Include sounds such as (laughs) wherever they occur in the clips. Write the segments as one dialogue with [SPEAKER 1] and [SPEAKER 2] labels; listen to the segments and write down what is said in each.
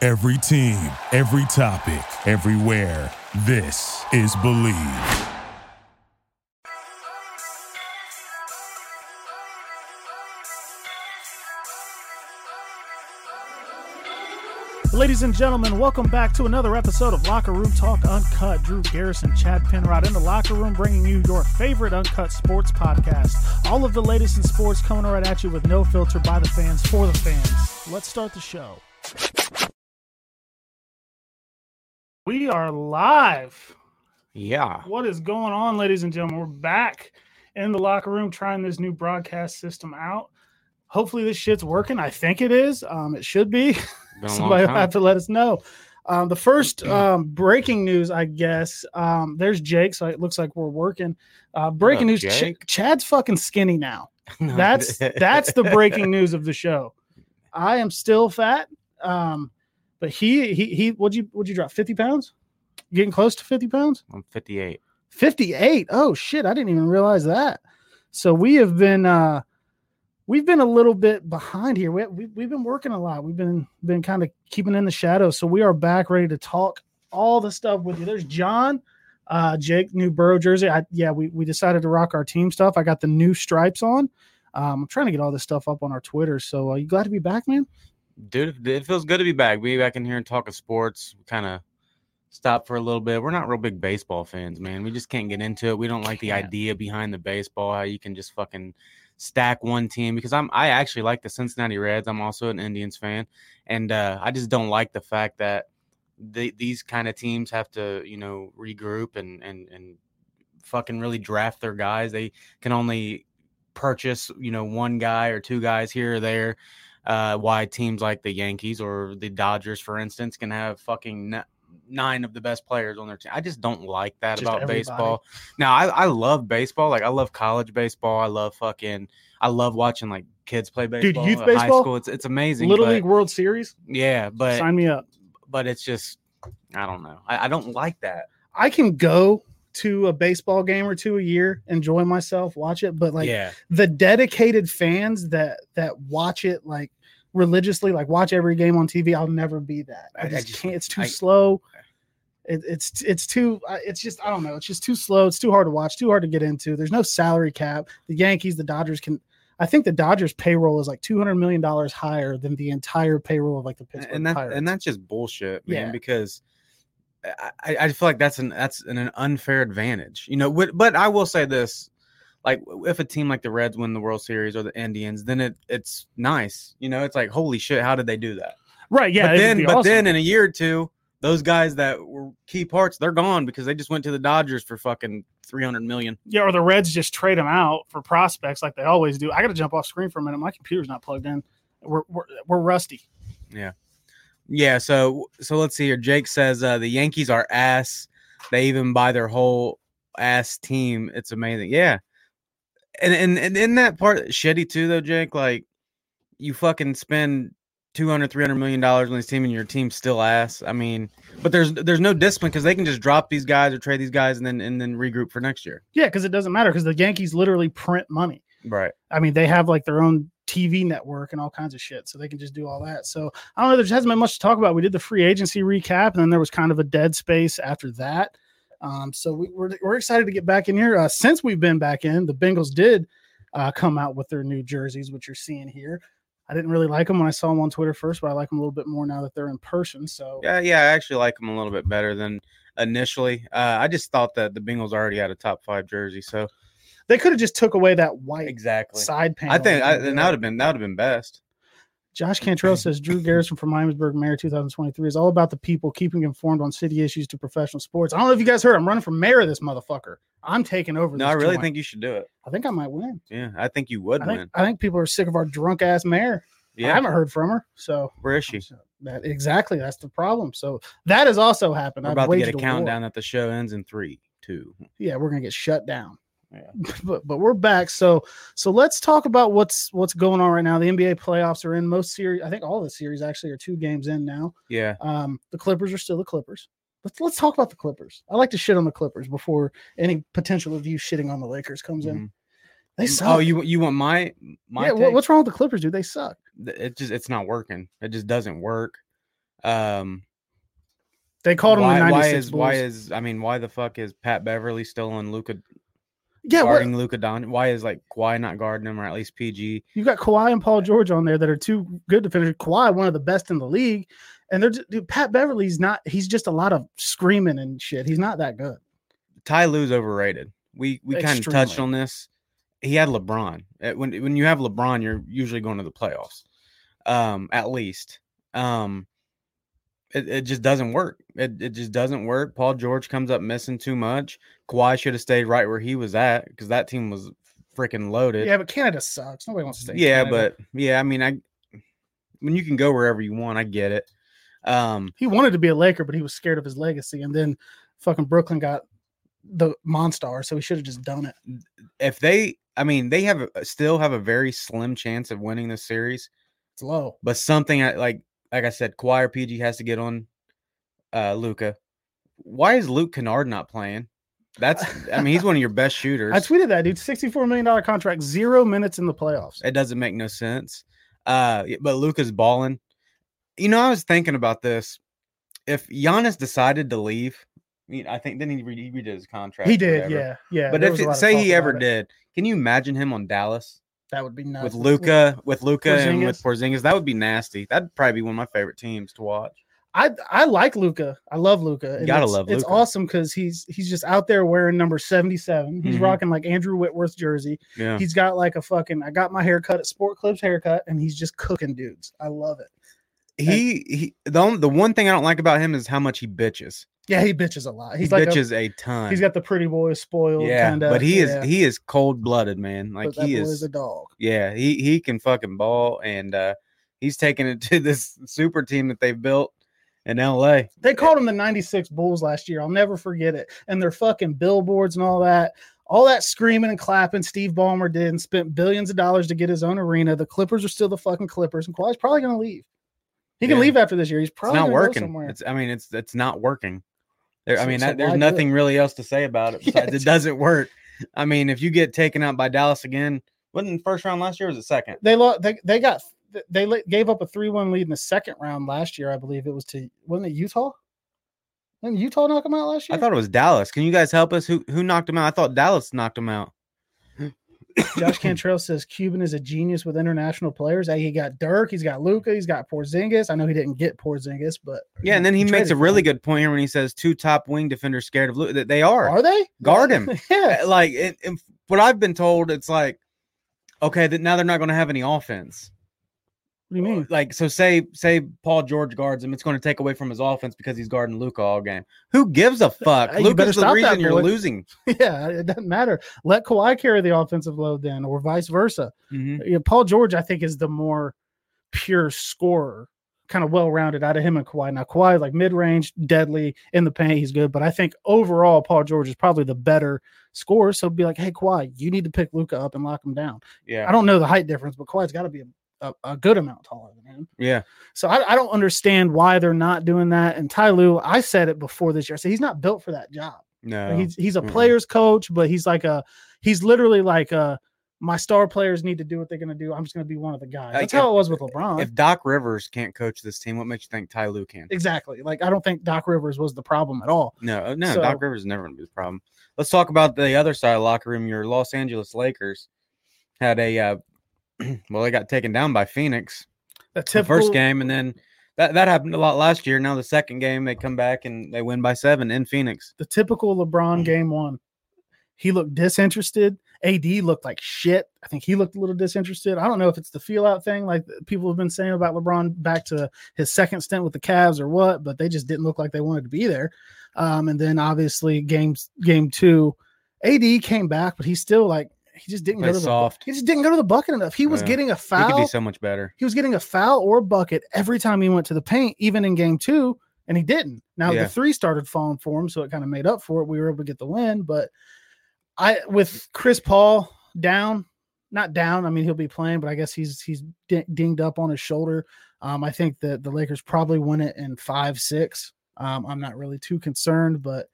[SPEAKER 1] Every team, every topic, everywhere. This is Believe.
[SPEAKER 2] Ladies and gentlemen, welcome back to another episode of Locker Room Talk Uncut. Drew Garrison, Chad Penrod in the locker room, bringing you your favorite uncut sports podcast. All of the latest in sports coming right at you with no filter by the fans for the fans. Let's start the show. We are live.
[SPEAKER 3] Yeah.
[SPEAKER 2] What is going on, ladies and gentlemen? We're back in the locker room trying this new broadcast system out. Hopefully, this shit's working. I think it is. Um, it should be. (laughs)
[SPEAKER 3] Been a long
[SPEAKER 2] Somebody will
[SPEAKER 3] time.
[SPEAKER 2] have to let us know. Um, the first
[SPEAKER 3] (clears throat)
[SPEAKER 2] um, breaking news, I guess. Um, there's Jake, so it looks like we're working. Uh, breaking
[SPEAKER 3] up,
[SPEAKER 2] news: Ch-
[SPEAKER 3] Jake?
[SPEAKER 2] Chad's fucking skinny
[SPEAKER 3] (laughs)
[SPEAKER 2] now.
[SPEAKER 3] (laughs) No,
[SPEAKER 2] That's
[SPEAKER 3] (laughs)
[SPEAKER 2] that's the breaking news of the show. I am still fat, um, but he he he. Would you would you drop fifty pounds? Getting close to fifty pounds.
[SPEAKER 3] I'm 58.
[SPEAKER 2] 58 oh shit i didn't even realize that so we have been uh we've been a little bit behind here we, we, we've been working a lot we've been been kind of keeping in the shadows so we are back ready to talk all the stuff with you there's john uh jake new borough jersey i yeah we, we decided to rock our team stuff i got the new stripes on um, i'm trying to get all this stuff up on our twitter so uh, you glad to be back man
[SPEAKER 3] Dude, it feels good to be back. Be back in here and talk of sports. Kind of stop for a little bit. We're not real big baseball fans, man. We just can't get into it. We don't like the
[SPEAKER 2] Can't.
[SPEAKER 3] idea behind the baseball, how you can just fucking stack one team because I'm I actually like the Cincinnati Reds. I'm also an Indians fan. And uh I just don't like the fact that the, these kind of teams have to, you know, regroup and and and fucking really draft their guys. They can only purchase, you know, one guy or two guys here or there. Uh, why teams like the Yankees or the Dodgers, for instance, can have fucking n- nine of the best players on their team. I just don't like that
[SPEAKER 2] Just
[SPEAKER 3] about
[SPEAKER 2] everybody.
[SPEAKER 3] baseball. Now, I, I love baseball. Like I love college baseball. I love fucking. I love watching like kids play baseball.
[SPEAKER 2] youth
[SPEAKER 3] at High
[SPEAKER 2] baseball?
[SPEAKER 3] school. It's it's amazing.
[SPEAKER 2] little
[SPEAKER 3] but-
[SPEAKER 2] league world series
[SPEAKER 3] Yeah, but
[SPEAKER 2] sign me up
[SPEAKER 3] but it's just I don't know. I, I don't like that.
[SPEAKER 2] I can go to a baseball game or two a year, enjoy myself, watch it, but like
[SPEAKER 3] yeah,
[SPEAKER 2] the dedicated fans that that watch it like religiously, like watch every game on TV, I'll never be that. I
[SPEAKER 3] I- I
[SPEAKER 2] just,
[SPEAKER 3] just-
[SPEAKER 2] can't. It's too
[SPEAKER 3] I-
[SPEAKER 2] slow. It, it's it's too I- it's just I don't know. It's just too slow. It's too hard to watch. Too hard to get into. There's no salary cap. The Yankees, the Dodgers can. I think the Dodgers payroll is like two hundred million dollars higher than the entire payroll of like the Pittsburgh
[SPEAKER 3] and that
[SPEAKER 2] Pirates.
[SPEAKER 3] and that's just bullshit, man.
[SPEAKER 2] Yeah.
[SPEAKER 3] Because I, I I feel like that's an that's an, an unfair advantage, you know. But, but I will say this: like, if a team like the Reds win the World Series or the Indians, then it it's nice, you know. It's like holy shit, how did they do that?
[SPEAKER 2] right? Yeah. it
[SPEAKER 3] but
[SPEAKER 2] would
[SPEAKER 3] then
[SPEAKER 2] be
[SPEAKER 3] but
[SPEAKER 2] awesome.
[SPEAKER 3] then in a year or two, those guys that were key parts, they're gone because they just went to the Dodgers for fucking three hundred million.
[SPEAKER 2] yeah, or the Reds just trade them out for prospects like they always do. I got to jump off screen for a minute. My computer's not plugged in. We're we're, we're rusty.
[SPEAKER 3] Yeah, so so let's see here. Jake says uh, the Yankees are ass. They even buy their whole ass team. It's amazing. Yeah, and and and in that part shitty too though, Jake. Like you fucking spend 200 300 million dollars on this team and your team's still ass. I mean, but there's there's no discipline because they can just drop these guys or trade these guys and then and then regroup for next year.
[SPEAKER 2] Yeah, because it doesn't matter because the Yankees literally print money.
[SPEAKER 3] Right.
[SPEAKER 2] I mean, they have like their own TV network and all kinds of shit, so they can just do all that. So I don't know. There just hasn't been much to talk about. We did the free agency recap, and then there was kind of a dead space after that. Um, so we, we're we're excited to get back in here. Uh, since we've been back in, the Bengals did uh, come out with their new jerseys, which you're seeing here. I didn't really like them when I saw them on Twitter first, but I like them a little bit more now that they're in person. So
[SPEAKER 3] Yeah, yeah, I actually like them a little bit better than initially. Uh, I just thought that the Bengals already had a top 5 jersey, so
[SPEAKER 2] they could have just took away that white
[SPEAKER 3] Exactly.
[SPEAKER 2] side panel.
[SPEAKER 3] I think I,
[SPEAKER 2] and
[SPEAKER 3] and that would have been that would have been best.
[SPEAKER 2] Josh Cantrell says Drew Garrison from Miamisburg Mayor 2023 is all about the people keeping informed on city issues to professional sports. I don't know if you guys heard, I'm running for mayor of this motherfucker. I'm taking over.
[SPEAKER 3] No,
[SPEAKER 2] this
[SPEAKER 3] I really
[SPEAKER 2] joint.
[SPEAKER 3] think you should do it.
[SPEAKER 2] I think I might win.
[SPEAKER 3] Yeah, I think you would
[SPEAKER 2] I
[SPEAKER 3] win.
[SPEAKER 2] think I think people are sick of our drunk ass mayor. I
[SPEAKER 3] Yeah,
[SPEAKER 2] haven't heard from her, so
[SPEAKER 3] where is she?
[SPEAKER 2] so that exactly that's the problem. So that has also happened.
[SPEAKER 3] We're
[SPEAKER 2] I've
[SPEAKER 3] about to get
[SPEAKER 2] waged
[SPEAKER 3] a
[SPEAKER 2] war.
[SPEAKER 3] countdown that the show ends in three, two.
[SPEAKER 2] Yeah, we're gonna get shut down.
[SPEAKER 3] Yeah.
[SPEAKER 2] (laughs) but but we're back. So so let's talk about what's what's going on right now. The NBA playoffs are in most series. I think all the series actually are two games in now.
[SPEAKER 3] Yeah,
[SPEAKER 2] Um, the Clippers are still the Clippers. Let's let's talk about the Clippers. I like to shit on the Clippers before any potential of you shitting on the Lakers comes in.
[SPEAKER 3] mhm.
[SPEAKER 2] They suck.
[SPEAKER 3] Oh, you you want my my?
[SPEAKER 2] yeah, wha-
[SPEAKER 3] take?
[SPEAKER 2] what's wrong with the Clippers, dude? They suck.
[SPEAKER 3] Th- It just it's not working. It just doesn't work. Um,
[SPEAKER 2] They called him
[SPEAKER 3] why,
[SPEAKER 2] the
[SPEAKER 3] why
[SPEAKER 2] 96
[SPEAKER 3] is
[SPEAKER 2] Bulls.
[SPEAKER 3] why is I mean why the fuck is Pat Beverly still on Luca
[SPEAKER 2] yeah, what,
[SPEAKER 3] guarding Luca Don? Why is like Kawhi not guarding him or at least PG?
[SPEAKER 2] you've got Kawhi and Paul George on there that are two good defenders. Kawhi, one of the best in the league, and they're just, dude, Pat Beverly's not. He's just a lot of screaming and shit. He's not that good.
[SPEAKER 3] Ty Lue's overrated. We we kind of touched
[SPEAKER 2] Extremely.
[SPEAKER 3] on this. He had LeBron. Uh, When when you have LeBron, you're usually going to the playoffs, um, at least. Um, it, it just doesn't work. It, it just doesn't work. Paul George comes up missing too much. Kawhi should have stayed right where he was at because that team was freaking loaded.
[SPEAKER 2] yeah, but Canada sucks. Nobody wants to stay. in
[SPEAKER 3] yeah,
[SPEAKER 2] Canada.
[SPEAKER 3] but yeah, I mean, I when you can go wherever you want, I get it. Um,
[SPEAKER 2] he wanted to be a Laker, but he was scared of his legacy. And then fucking Brooklyn got the Monstar, so he should have just done it.
[SPEAKER 3] if they, I mean, they have a, still have a very slim chance of winning this series,
[SPEAKER 2] It's low.
[SPEAKER 3] but something I, like, like I said, Kawhi or PG has to get on uh Luca. Why is Luke Kennard not playing? That's, I mean, he's one of
[SPEAKER 2] (laughs)
[SPEAKER 3] your best shooters.
[SPEAKER 2] I tweeted that dude, sixty-four million dollar contract, zero minutes in the playoffs.
[SPEAKER 3] It doesn't make no sense. Uh, y- but Luca's balling. You know, I was thinking about this. If Giannis decided to leave, I mean, I think then he, re- he redid his contract.
[SPEAKER 2] He
[SPEAKER 3] or
[SPEAKER 2] did,
[SPEAKER 3] whatever.
[SPEAKER 2] yeah, yeah.
[SPEAKER 3] But
[SPEAKER 2] there was
[SPEAKER 3] if
[SPEAKER 2] a lot
[SPEAKER 3] it,
[SPEAKER 2] of
[SPEAKER 3] say
[SPEAKER 2] talk
[SPEAKER 3] he ever
[SPEAKER 2] about it. Uh,
[SPEAKER 3] did, can you imagine him on Dallas
[SPEAKER 2] that would be nuts.
[SPEAKER 3] with Luca, with Luca, and
[SPEAKER 2] Porzingis.
[SPEAKER 3] with Porzingis? That would be nasty. That'd probably be one of my favorite teams to watch.
[SPEAKER 2] I I like Luca. I love Luca.
[SPEAKER 3] gotta
[SPEAKER 2] it's,
[SPEAKER 3] love
[SPEAKER 2] It's
[SPEAKER 3] Luka.
[SPEAKER 2] awesome because he's he's just out there wearing number seventy seven. He's
[SPEAKER 3] Mhm.
[SPEAKER 2] rocking like Andrew Whitworth jersey.
[SPEAKER 3] Yeah,
[SPEAKER 2] He's got like a fucking I got my haircut at Sport Clips haircut, and he's just cooking dudes. I love it.
[SPEAKER 3] he, he the only, the one thing I don't like about him is how much he bitches.
[SPEAKER 2] Yeah, he bitches a lot. He's
[SPEAKER 3] he
[SPEAKER 2] like a-
[SPEAKER 3] bitches a, ton.
[SPEAKER 2] he's got the pretty boy spoiled.
[SPEAKER 3] yeah,
[SPEAKER 2] kinda.
[SPEAKER 3] but he
[SPEAKER 2] yeah,
[SPEAKER 3] is he is cold blooded, man. Like
[SPEAKER 2] but that
[SPEAKER 3] he
[SPEAKER 2] boy
[SPEAKER 3] is,
[SPEAKER 2] a dog.
[SPEAKER 3] Yeah, he he can fucking ball, and uh, he's taking it (laughs) to this super team that they've built in L.A.
[SPEAKER 2] They called him the 96 Bulls last year. I'll never forget it. And their fucking billboards and all that. All that screaming and clapping Steve Ballmer did and spent billions of dollars to get his own arena. The Clippers are still the fucking Clippers, and Kawhi's probably gonna leave. He can
[SPEAKER 3] Yeah.
[SPEAKER 2] leave after this year. He's
[SPEAKER 3] It's
[SPEAKER 2] probably
[SPEAKER 3] not
[SPEAKER 2] gonna go
[SPEAKER 3] working.
[SPEAKER 2] somewhere.
[SPEAKER 3] It's I mean it's it's not working. There, I
[SPEAKER 2] So-
[SPEAKER 3] mean
[SPEAKER 2] so
[SPEAKER 3] that, there's
[SPEAKER 2] why do
[SPEAKER 3] nothing really else to say about
[SPEAKER 2] (laughs)
[SPEAKER 3] it
[SPEAKER 2] Yeah,
[SPEAKER 3] besides
[SPEAKER 2] it's-
[SPEAKER 3] it doesn't work. I mean if you get taken out by Dallas again, wasn't the first round last year? Or was it second?
[SPEAKER 2] they lost. They, they got they let- gave up a three-one lead in the second round last year. I believe it was to wasn't it Utah? Didn't Utah knock them out last year?
[SPEAKER 3] I thought it was Dallas. Can you guys help us? Who who knocked him out? I thought Dallas knocked him out.
[SPEAKER 2] Josh Cantrell says Cuban is a genius with international players. Hey, He got Dirk, he's got Luca, he's got Porzingis. I know he didn't get Porzingis, but
[SPEAKER 3] Yeah, and then he makes
[SPEAKER 2] traded
[SPEAKER 3] a
[SPEAKER 2] for
[SPEAKER 3] really
[SPEAKER 2] him.
[SPEAKER 3] good point here when he says two top wing defenders scared of Lu- that they are.
[SPEAKER 2] Are they
[SPEAKER 3] Guard him.
[SPEAKER 2] (laughs) yeah,
[SPEAKER 3] Uh, like it, it- what I've been told, it's like okay, that now they're not going to have any offense.
[SPEAKER 2] What do you mean?
[SPEAKER 3] Like so, say say Paul George guards him, it's going to take away from his offense because he's guarding Luca all game. Who gives a fuck?
[SPEAKER 2] Hey, uh, you better
[SPEAKER 3] Luca's the
[SPEAKER 2] stop that
[SPEAKER 3] reason you're
[SPEAKER 2] boy.
[SPEAKER 3] losing.
[SPEAKER 2] (laughs) Yeah, it doesn't matter. Let Kawhi carry the offensive load then, or vice versa.
[SPEAKER 3] Mm-hmm.
[SPEAKER 2] You know, Paul George, I think, is the more pure scorer, kind of well rounded out of him and Kawhi. Now, Kawhi, like mid range, deadly in the paint, he's good. But I think overall, Paul George is probably the better scorer. So be like, hey, Kawhi, you need to pick Luca up and lock him down. I
[SPEAKER 3] Yeah,
[SPEAKER 2] don't know the height difference, but Kawhi's got to be a, a, a good amount taller than him.
[SPEAKER 3] yeah.
[SPEAKER 2] So I, I don't understand why they're not doing that. And Ty Lue, I said it before this year. I said he's not built for that job. Like,
[SPEAKER 3] No,
[SPEAKER 2] he's he's a
[SPEAKER 3] Mm-mm.
[SPEAKER 2] players coach, but he's like a he's literally like a my star players need to do what they're gonna do. I'm just gonna be one of the guys.
[SPEAKER 3] Like,
[SPEAKER 2] That's how
[SPEAKER 3] if-
[SPEAKER 2] it was with LeBron.
[SPEAKER 3] if Doc Rivers can't coach this team, what makes you think Ty Lue can?
[SPEAKER 2] exactly. Like I don't think Doc Rivers was the problem at all.
[SPEAKER 3] No, uh, no,
[SPEAKER 2] So-
[SPEAKER 3] Doc Rivers is never going to be the problem. Let's talk about the other side of the locker room. Your Los Angeles Lakers had a uh, (clears throat) well, they got taken down by Phoenix.
[SPEAKER 2] The
[SPEAKER 3] the
[SPEAKER 2] typical,
[SPEAKER 3] first game, and then that, that happened a lot last year. Now the second game, they come back and they win by seven in Phoenix.
[SPEAKER 2] the typical
[SPEAKER 3] Mm-hmm.
[SPEAKER 2] LeBron game one. He looked disinterested. AD looked like shit. I think he looked a little disinterested. I don't know if it's the feel out thing, like people have been saying about LeBron back to his second stint with the Cavs or what, but they just didn't look like they wanted to be there. Um, and then obviously games game two, AD came back, but he still like he just didn't go
[SPEAKER 3] Played
[SPEAKER 2] to the
[SPEAKER 3] soft.
[SPEAKER 2] he just didn't go to the bucket enough. He was
[SPEAKER 3] Yeah.
[SPEAKER 2] getting a
[SPEAKER 3] He could
[SPEAKER 2] foul
[SPEAKER 3] be so much better.
[SPEAKER 2] he was getting a foul or a bucket every time he went to the paint, even in game two, and he didn't. Now
[SPEAKER 3] Yeah.
[SPEAKER 2] the three started falling for him, so it kind of made up for it. We were able to get the win, but I with Chris Paul down, not down. I mean, he'll be playing, but I guess he's he's di- dinged up on his shoulder. Um, I think that the Lakers probably win it in five six. Um, I'm not really too concerned, but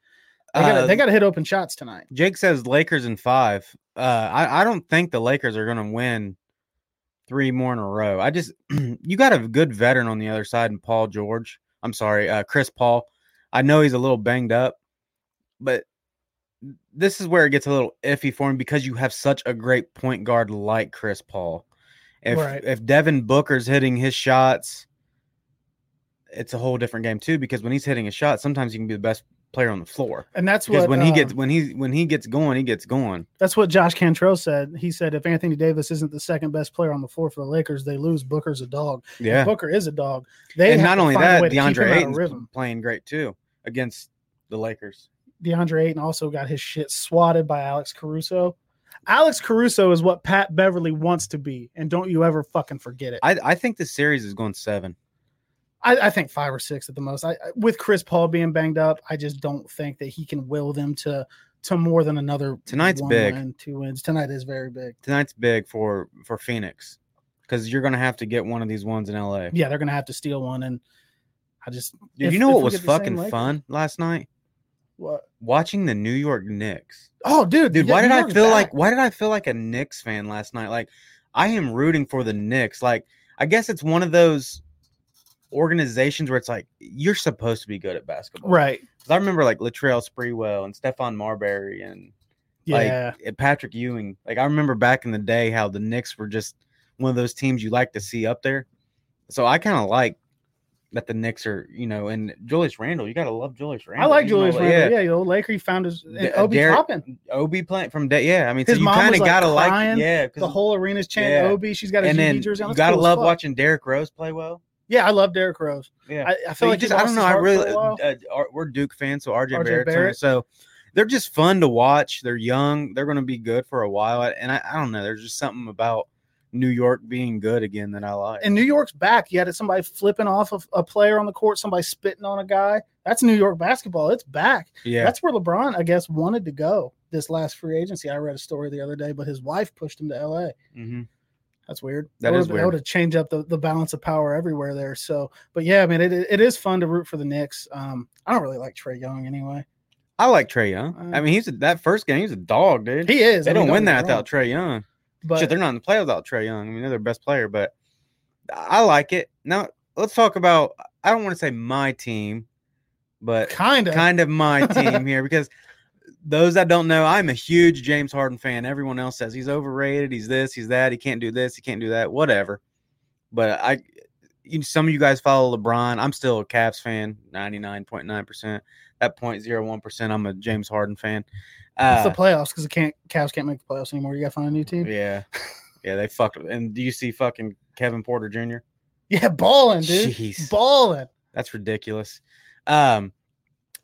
[SPEAKER 2] they got
[SPEAKER 3] Uh,
[SPEAKER 2] to they got to hit open shots tonight.
[SPEAKER 3] Jake says Lakers in five. Uh, I I don't think the Lakers are going to win (clears throat) three more in a row. I just you got a good veteran on the other side and Paul George. I'm sorry, uh, Chris Paul. I know he's a little banged up, but this is where it gets a little iffy for him because you have such a great point guard like Chris Paul. If
[SPEAKER 2] Right.
[SPEAKER 3] if Devin Booker's hitting his shots, it's a whole different game too. Because when he's hitting a shot, sometimes he can be the best player on the floor.
[SPEAKER 2] And that's
[SPEAKER 3] Because
[SPEAKER 2] what
[SPEAKER 3] when he
[SPEAKER 2] uh,
[SPEAKER 3] gets when he when he gets going, he gets going.
[SPEAKER 2] that's what Josh Cantrell said. He said if Anthony Davis isn't the second best player on the floor for the Lakers, they lose. Booker's a dog.
[SPEAKER 3] Yeah.
[SPEAKER 2] Booker is a dog. They
[SPEAKER 3] and
[SPEAKER 2] have
[SPEAKER 3] not
[SPEAKER 2] to
[SPEAKER 3] only
[SPEAKER 2] find a
[SPEAKER 3] that,
[SPEAKER 2] way to keep him
[SPEAKER 3] DeAndre
[SPEAKER 2] out of
[SPEAKER 3] Ayton's
[SPEAKER 2] rhythm.
[SPEAKER 3] playing great too against the Lakers.
[SPEAKER 2] DeAndre Ayton also got his shit swatted by Alex Caruso. Alex Caruso is what Pat Beverly wants to be, and don't you ever fucking forget it. I,
[SPEAKER 3] I, I think this series is going seven.
[SPEAKER 2] I, think five or six at the most. I, I- with Chris Paul being banged up, I just don't think that he can will them to to more than another
[SPEAKER 3] Tonight's
[SPEAKER 2] one
[SPEAKER 3] big.
[SPEAKER 2] win, two wins. Tonight is very big.
[SPEAKER 3] Tonight's big for for Phoenix because you're going to have to get one of these ones in LA.
[SPEAKER 2] Yeah, they're gonna have to steal one, and I just
[SPEAKER 3] Dude,
[SPEAKER 2] If-
[SPEAKER 3] you know
[SPEAKER 2] if
[SPEAKER 3] what
[SPEAKER 2] we
[SPEAKER 3] was
[SPEAKER 2] get the same
[SPEAKER 3] fucking
[SPEAKER 2] Lakers.
[SPEAKER 3] fun last night?
[SPEAKER 2] what?
[SPEAKER 3] Watching the New York Knicks.
[SPEAKER 2] Oh, dude,
[SPEAKER 3] Dude,
[SPEAKER 2] yeah,
[SPEAKER 3] why did
[SPEAKER 2] New
[SPEAKER 3] I
[SPEAKER 2] York's
[SPEAKER 3] feel
[SPEAKER 2] back.
[SPEAKER 3] like why did I feel like a Knicks fan last night? Like I am rooting for the Knicks. Like I guess it's one of those organizations where it's like you're supposed to be good at basketball.
[SPEAKER 2] right?
[SPEAKER 3] 'Cause I remember like Latrell Sprewell and Stefan Marbury and Like,
[SPEAKER 2] Yeah,
[SPEAKER 3] and Patrick Ewing. Like I remember back in the day how the Knicks were just one of those teams you like to see up there. So I kind of like that the Knicks are, you know, and Julius Randle. You gotta love Julius Randle.
[SPEAKER 2] I like
[SPEAKER 3] You know,
[SPEAKER 2] Julius
[SPEAKER 3] like,
[SPEAKER 2] Randle. Yeah, the old Laker he found his and
[SPEAKER 3] D-
[SPEAKER 2] Obi
[SPEAKER 3] Derek-
[SPEAKER 2] Toppin.
[SPEAKER 3] yeah. Obi playing from day. Yeah, I mean, so
[SPEAKER 2] His
[SPEAKER 3] you
[SPEAKER 2] mom
[SPEAKER 3] kind of
[SPEAKER 2] was, like,
[SPEAKER 3] gotta like,
[SPEAKER 2] crying
[SPEAKER 3] yeah, 'cause-
[SPEAKER 2] the whole arena's chanting
[SPEAKER 3] Yeah.
[SPEAKER 2] Obi. She's got a
[SPEAKER 3] and
[SPEAKER 2] GD
[SPEAKER 3] then
[SPEAKER 2] jersey on.
[SPEAKER 3] you
[SPEAKER 2] That's
[SPEAKER 3] gotta
[SPEAKER 2] cool as
[SPEAKER 3] love
[SPEAKER 2] fuck.
[SPEAKER 3] watching Derrick Rose play well.
[SPEAKER 2] Yeah, I love Derrick Rose.
[SPEAKER 3] Yeah,
[SPEAKER 2] I, I
[SPEAKER 3] So
[SPEAKER 2] feel
[SPEAKER 3] you
[SPEAKER 2] like he
[SPEAKER 3] just I
[SPEAKER 2] lost
[SPEAKER 3] don't know.
[SPEAKER 2] his
[SPEAKER 3] I
[SPEAKER 2] heart for a
[SPEAKER 3] really
[SPEAKER 2] while.
[SPEAKER 3] uh, are, we're Duke fans, so RJ,
[SPEAKER 2] RJ
[SPEAKER 3] Barrett's on it.
[SPEAKER 2] Barrett.
[SPEAKER 3] So they're just fun to watch. They're young. They're going to be good for a while, and I, I don't know. There's just something about New York being good again that I like.
[SPEAKER 2] and New York's back. You had somebody flipping off of a player on the court, somebody spitting on a guy. That's New York basketball. It's back.
[SPEAKER 3] yeah,
[SPEAKER 2] That's where LeBron, I guess, wanted to go this last free agency. I read a story the other day, but his wife pushed him to LA.
[SPEAKER 3] hmm
[SPEAKER 2] That's weird.
[SPEAKER 3] That
[SPEAKER 2] That
[SPEAKER 3] is
[SPEAKER 2] would-
[SPEAKER 3] weird.
[SPEAKER 2] That would have changed up the, the balance of power everywhere there. So, but yeah, I mean, it, it is fun to root for the Knicks. Um, I don't really like Trey Young anyway.
[SPEAKER 3] I like Trey Young. I
[SPEAKER 2] Uh,
[SPEAKER 3] mean, he's a, that first game. He's a dog, dude.
[SPEAKER 2] He is.
[SPEAKER 3] they
[SPEAKER 2] I mean,
[SPEAKER 3] don't
[SPEAKER 2] get
[SPEAKER 3] win
[SPEAKER 2] me
[SPEAKER 3] that
[SPEAKER 2] wrong,
[SPEAKER 3] without Trey Young.
[SPEAKER 2] But
[SPEAKER 3] Shit, they're not in the playoffs without Trey Young. I mean, they're their best player, but I like it. Now let's talk about. I don't want to say my team, but
[SPEAKER 2] kind of.
[SPEAKER 3] kind of my team here because those that don't know, I'm a huge James Harden fan. Everyone else says he's overrated, he's this, he's that, he can't do this, he can't do that, whatever. But I, you, some of you guys follow LeBron. I'm still a Cavs fan, 99.9%. That 0.01%, I'm a James Harden fan.
[SPEAKER 2] It's
[SPEAKER 3] Uh,
[SPEAKER 2] the playoffs because it can't. Cavs can't make the playoffs anymore. You got to find a new team.
[SPEAKER 3] yeah. Yeah, they fucked. And do you see fucking Kevin Porter Jr.?
[SPEAKER 2] Yeah, balling, dude.
[SPEAKER 3] Jeez.
[SPEAKER 2] Balling.
[SPEAKER 3] That's ridiculous. Um,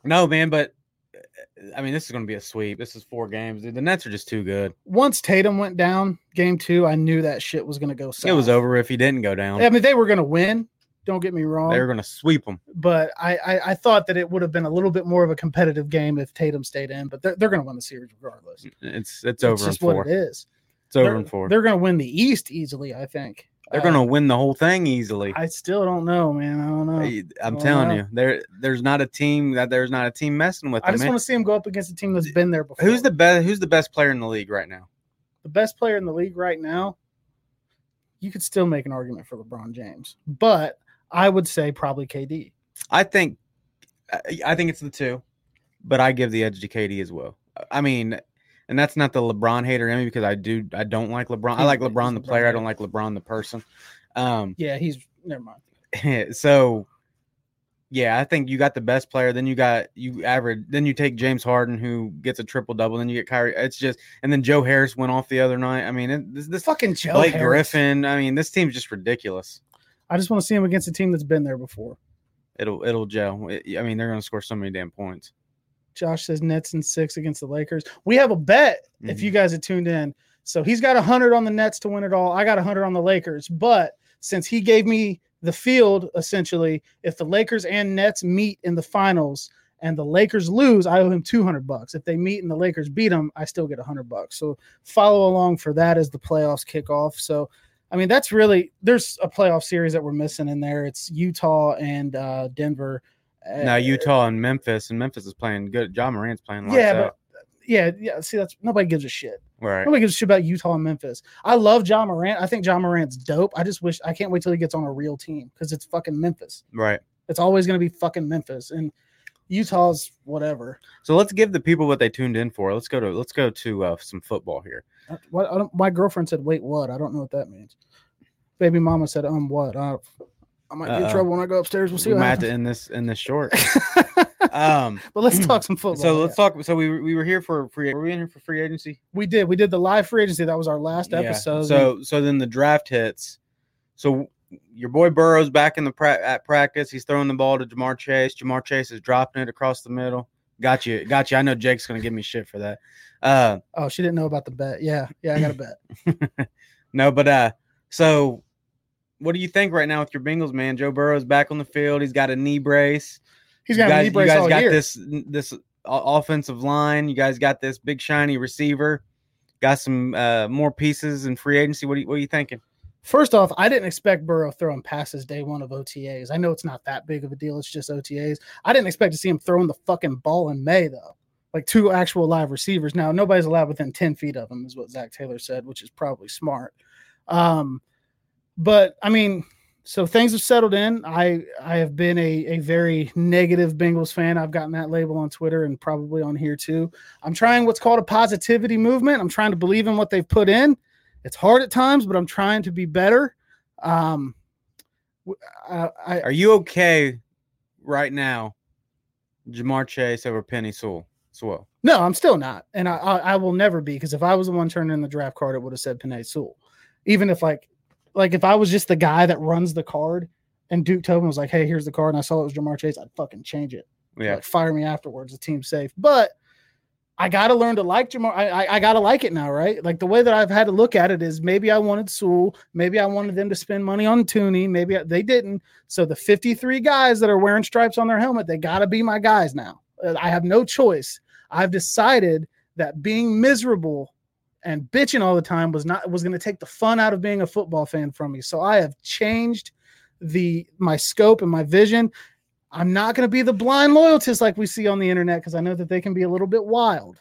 [SPEAKER 3] no, man, but uh, I mean, this is going to be a sweep. This is four games, dude. The Nets are just too good.
[SPEAKER 2] Once Tatum went down, game two, I knew that shit was gonna go. South.
[SPEAKER 3] It was over if he didn't go down.
[SPEAKER 2] I mean, they were gonna win. Don't get me wrong.
[SPEAKER 3] They were going to sweep him.
[SPEAKER 2] but I, I I thought that it would have been a little bit more of a competitive game if Tatum stayed in. But they're, they're gonna win the series regardless. It's,
[SPEAKER 3] It's it's over in
[SPEAKER 2] just
[SPEAKER 3] four.
[SPEAKER 2] what it is.
[SPEAKER 3] It's over
[SPEAKER 2] they're,
[SPEAKER 3] in four. They're,
[SPEAKER 2] They're gonna win the East easily. I think
[SPEAKER 3] going
[SPEAKER 2] Uh,
[SPEAKER 3] to win the whole thing easily. I,
[SPEAKER 2] I still don't know, man. I don't know. Oh, I,
[SPEAKER 3] am
[SPEAKER 2] I
[SPEAKER 3] telling
[SPEAKER 2] know.
[SPEAKER 3] you, there there's not a team that there's not a team messing with them.
[SPEAKER 2] just
[SPEAKER 3] man.
[SPEAKER 2] want to see him go up against a team that's been there before.
[SPEAKER 3] Who's the best? Who's the best player in the league right now?
[SPEAKER 2] the best player in the league right now, you could still make an argument for LeBron James, but I would say probably KD.
[SPEAKER 3] I think, I- I think it's the two, but I give the edge to KD as well. I mean, and that's not the LeBron hater in me because I do I don't like LeBron. I
[SPEAKER 2] He's-
[SPEAKER 3] like
[SPEAKER 2] he's
[SPEAKER 3] LeBron the
[SPEAKER 2] LeBron
[SPEAKER 3] player. I don't
[SPEAKER 2] hater.
[SPEAKER 3] like LeBron the person. Um,
[SPEAKER 2] Yeah, he's never mind.
[SPEAKER 3] (laughs) so yeah, I think you got the best player. Then you got you average. Then you take James Harden, who gets a triple double. Then you get Kyrie. It's just and then Joe Harris went off the other night. I mean, it, this, this
[SPEAKER 2] Fucking Joe
[SPEAKER 3] Blake
[SPEAKER 2] Harris.
[SPEAKER 3] Griffin. I mean, this team's just ridiculous.
[SPEAKER 2] I just want to see him against a team that's been there before.
[SPEAKER 3] It'll it'll gel. It- I mean, they're gonna score so many damn points.
[SPEAKER 2] Josh says Nets and six against the Lakers. We have a bet if
[SPEAKER 3] Mm-hmm.
[SPEAKER 2] you guys have tuned in. So he's got hundred on the Nets to win it all. I got hundred on the Lakers. But since he gave me the field, essentially, if the Lakers and Nets meet in the finals and the Lakers lose, I owe him two hundred bucks. If they meet and the Lakers beat them, I still get hundred bucks. So follow along for that as the playoffs kick off. So. I mean, that's really there's a playoff series that we're missing in there. It's Utah and uh, Denver.
[SPEAKER 3] now
[SPEAKER 2] Uh,
[SPEAKER 3] Utah and Memphis, and Memphis is playing good. John Moran's playing. Lights
[SPEAKER 2] Yeah,
[SPEAKER 3] out.
[SPEAKER 2] yeah, yeah. See, that's nobody gives a shit.
[SPEAKER 3] right.
[SPEAKER 2] Nobody gives a shit about Utah and Memphis. I love John Morant. I think John Morant's dope. I just wish I can't wait till he gets on a real team because it's fucking Memphis.
[SPEAKER 3] Right.
[SPEAKER 2] It's always going to be fucking Memphis and Utah's whatever.
[SPEAKER 3] So let's give the people what they tuned in for. Let's go to let's go to uh, some football here.
[SPEAKER 2] Uh, What I don't, my girlfriend said, "Wait, what?" I don't know what that means. Baby mama said, "Um, what?" I, I might get in
[SPEAKER 3] Uh-oh.
[SPEAKER 2] trouble when I go upstairs. We'll see
[SPEAKER 3] we
[SPEAKER 2] what
[SPEAKER 3] might have to
[SPEAKER 2] happens.
[SPEAKER 3] end this in
[SPEAKER 2] (laughs)
[SPEAKER 3] this short. um,
[SPEAKER 2] but let's talk some football.
[SPEAKER 3] (clears throat) so
[SPEAKER 2] yeah.
[SPEAKER 3] let's talk. So we we were here for free. Were we in here for free agency?
[SPEAKER 2] We did. We did the live free agency. That was our last
[SPEAKER 3] Yeah.
[SPEAKER 2] episode.
[SPEAKER 3] So so then the draft hits. So your boy Burrow's back in the pra- at practice. He's throwing the ball to Jamar Chase. Jamar Chase is dropping it across the middle. Got you, got you. I know Jake's gonna give me shit for that. Uh, (laughs)
[SPEAKER 2] oh, she didn't know about the bet. Yeah, yeah, I got a bet.
[SPEAKER 3] no, but uh, so what do you think right now with your Bengals, man? Joe Burrow's back on the field. He's got a knee brace.
[SPEAKER 2] He's got
[SPEAKER 3] you guys,
[SPEAKER 2] a knee brace
[SPEAKER 3] you guys
[SPEAKER 2] all
[SPEAKER 3] got
[SPEAKER 2] year.
[SPEAKER 3] this this o- offensive line. You guys got this big shiny receiver. Got some uh, more pieces in free agency. What are you, what are you thinking?
[SPEAKER 2] First off, I didn't expect Burrow throwing passes day one of OTAs. I know it's not that big of a deal. It's just OTAs. I didn't expect to see him throwing the fucking ball in May though, like two actual live receivers. Now nobody's allowed within ten feet of him, is what Zach Taylor said, which is probably smart. Um, but I mean, so things have settled in. I I have been a a very negative Bengals fan. I've gotten that label on Twitter and probably on here too. I'm trying what's called a positivity movement. I'm trying to believe in what they've put in. It's hard at times, but I'm trying to be better. Um, w- I, I-
[SPEAKER 3] Are you okay right now? Jamar Chase over Penny Sewell. Sewell.
[SPEAKER 2] No, I'm still not, and I I, I will never be because if I was the one turning in the draft card, it would have said Panay Sewell. Even if like, like if I was just the guy that runs the card, and Duke Tobin was like, "Hey, here's the card," and I saw it was Jamar Chase, I'd fucking change it.
[SPEAKER 3] Yeah.
[SPEAKER 2] Like, fire me afterwards. The team's safe, but I gotta learn to like Jamar. I, I I gotta like it now, right? Like the way that I've had to look at it is maybe I wanted Sewell, maybe I wanted them to spend money on Tooney, maybe I, they didn't. So the 53 guys that are wearing stripes on their helmet, they gotta be my guys now. Uh, I have no choice. I've decided that being miserable and bitching all the time was not was gonna take the fun out of being a football fan from me. So I have changed the my scope and my vision. I'm not going to be the blind loyalist like we see on the internet because I know that they can be a little bit wild,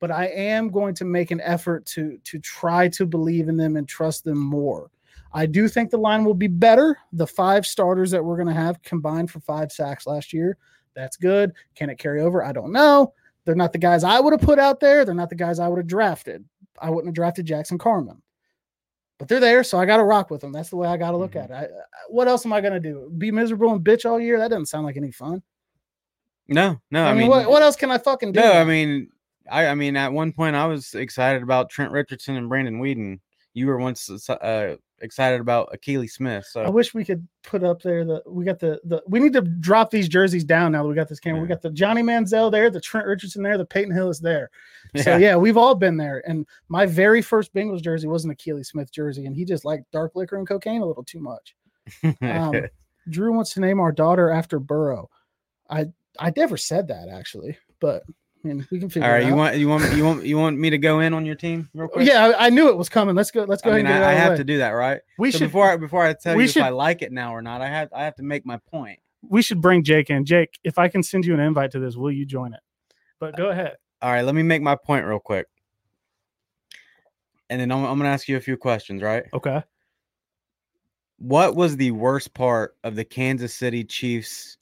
[SPEAKER 2] but I am going to make an effort to to try to believe in them and trust them more. I do think the line will be better. The five starters that we're going to have combined for five sacks last year, that's good. Can it carry over? I don't know. They're not the guys I would have put out there. They're not the guys I would have drafted. I wouldn't have drafted Jackson Carmen, but they're there, so I got to rock with them. That's the way I got to look
[SPEAKER 3] Mhm.
[SPEAKER 2] at it. I, uh, what else am I gonna do? Be miserable and bitch all year? That doesn't sound like any fun.
[SPEAKER 3] No, no.
[SPEAKER 2] I mean, what, what else can I fucking do?
[SPEAKER 3] No, I mean, I, I mean, at one point I was excited about Trent Richardson and Brandon Whedon. You were once uh, excited about Akili Smith.
[SPEAKER 2] I
[SPEAKER 3] So
[SPEAKER 2] wish we could put up there the we got the the we need to drop these jerseys down now that we got this camera. We
[SPEAKER 3] Yeah.
[SPEAKER 2] got the Johnny Manziel there, the Trent Richardson there, the Peyton Hill is there. Oh, So
[SPEAKER 3] yeah. (laughs)
[SPEAKER 2] yeah, we've all been there. And my very first Bengals jersey was an Achilles Smith jersey, and he just liked dark liquor and cocaine a little too much.
[SPEAKER 3] (laughs)
[SPEAKER 2] Um, Drew wants to name our daughter after Burrow. I I never said that actually, but I mean we can figure.
[SPEAKER 3] All right,
[SPEAKER 2] it
[SPEAKER 3] you
[SPEAKER 2] out.
[SPEAKER 3] want you want you want you want me to go in on your team real quick?
[SPEAKER 2] Yeah, I, I knew it was coming. Let's go. Let's go
[SPEAKER 3] I
[SPEAKER 2] ahead
[SPEAKER 3] mean,
[SPEAKER 2] and get
[SPEAKER 3] I, I
[SPEAKER 2] it out of the
[SPEAKER 3] have
[SPEAKER 2] way.
[SPEAKER 3] to do that, right?
[SPEAKER 2] We
[SPEAKER 3] so
[SPEAKER 2] should
[SPEAKER 3] before I, before I tell
[SPEAKER 2] we
[SPEAKER 3] you
[SPEAKER 2] should-
[SPEAKER 3] if I like it now or not, I have I have to make my point.
[SPEAKER 2] we should bring Jake in. Jake, if I can send you an invite to this, will you join it? But go ahead.
[SPEAKER 3] All right, let me make my point real quick, and then I'm, I'm gonna ask you a few questions, right?
[SPEAKER 2] Okay.
[SPEAKER 3] What was the worst part of the Kansas City Chiefs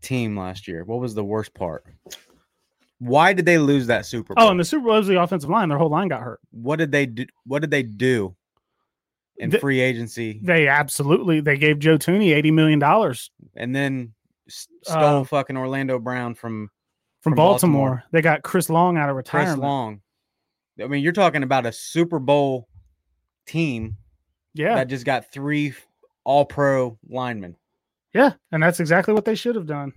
[SPEAKER 3] team last year? What was the worst part? Why did they lose that Super Bowl?
[SPEAKER 2] Oh, and the Super Bowl was the offensive line. Their whole line got hurt.
[SPEAKER 3] what did they do? What did they do in
[SPEAKER 2] The-
[SPEAKER 3] free agency?
[SPEAKER 2] They absolutely they gave Joe Tooney eighty million dollars
[SPEAKER 3] and then s-
[SPEAKER 2] Uh,
[SPEAKER 3] stole fucking Orlando Brown from
[SPEAKER 2] from,
[SPEAKER 3] From
[SPEAKER 2] Baltimore.
[SPEAKER 3] Baltimore.
[SPEAKER 2] They got Chris Long out of
[SPEAKER 3] Chris
[SPEAKER 2] retirement.
[SPEAKER 3] Long. I mean, you're talking about a Super Bowl team
[SPEAKER 2] Yeah,
[SPEAKER 3] that just got three All Pro linemen.
[SPEAKER 2] yeah, and that's exactly what they should have done.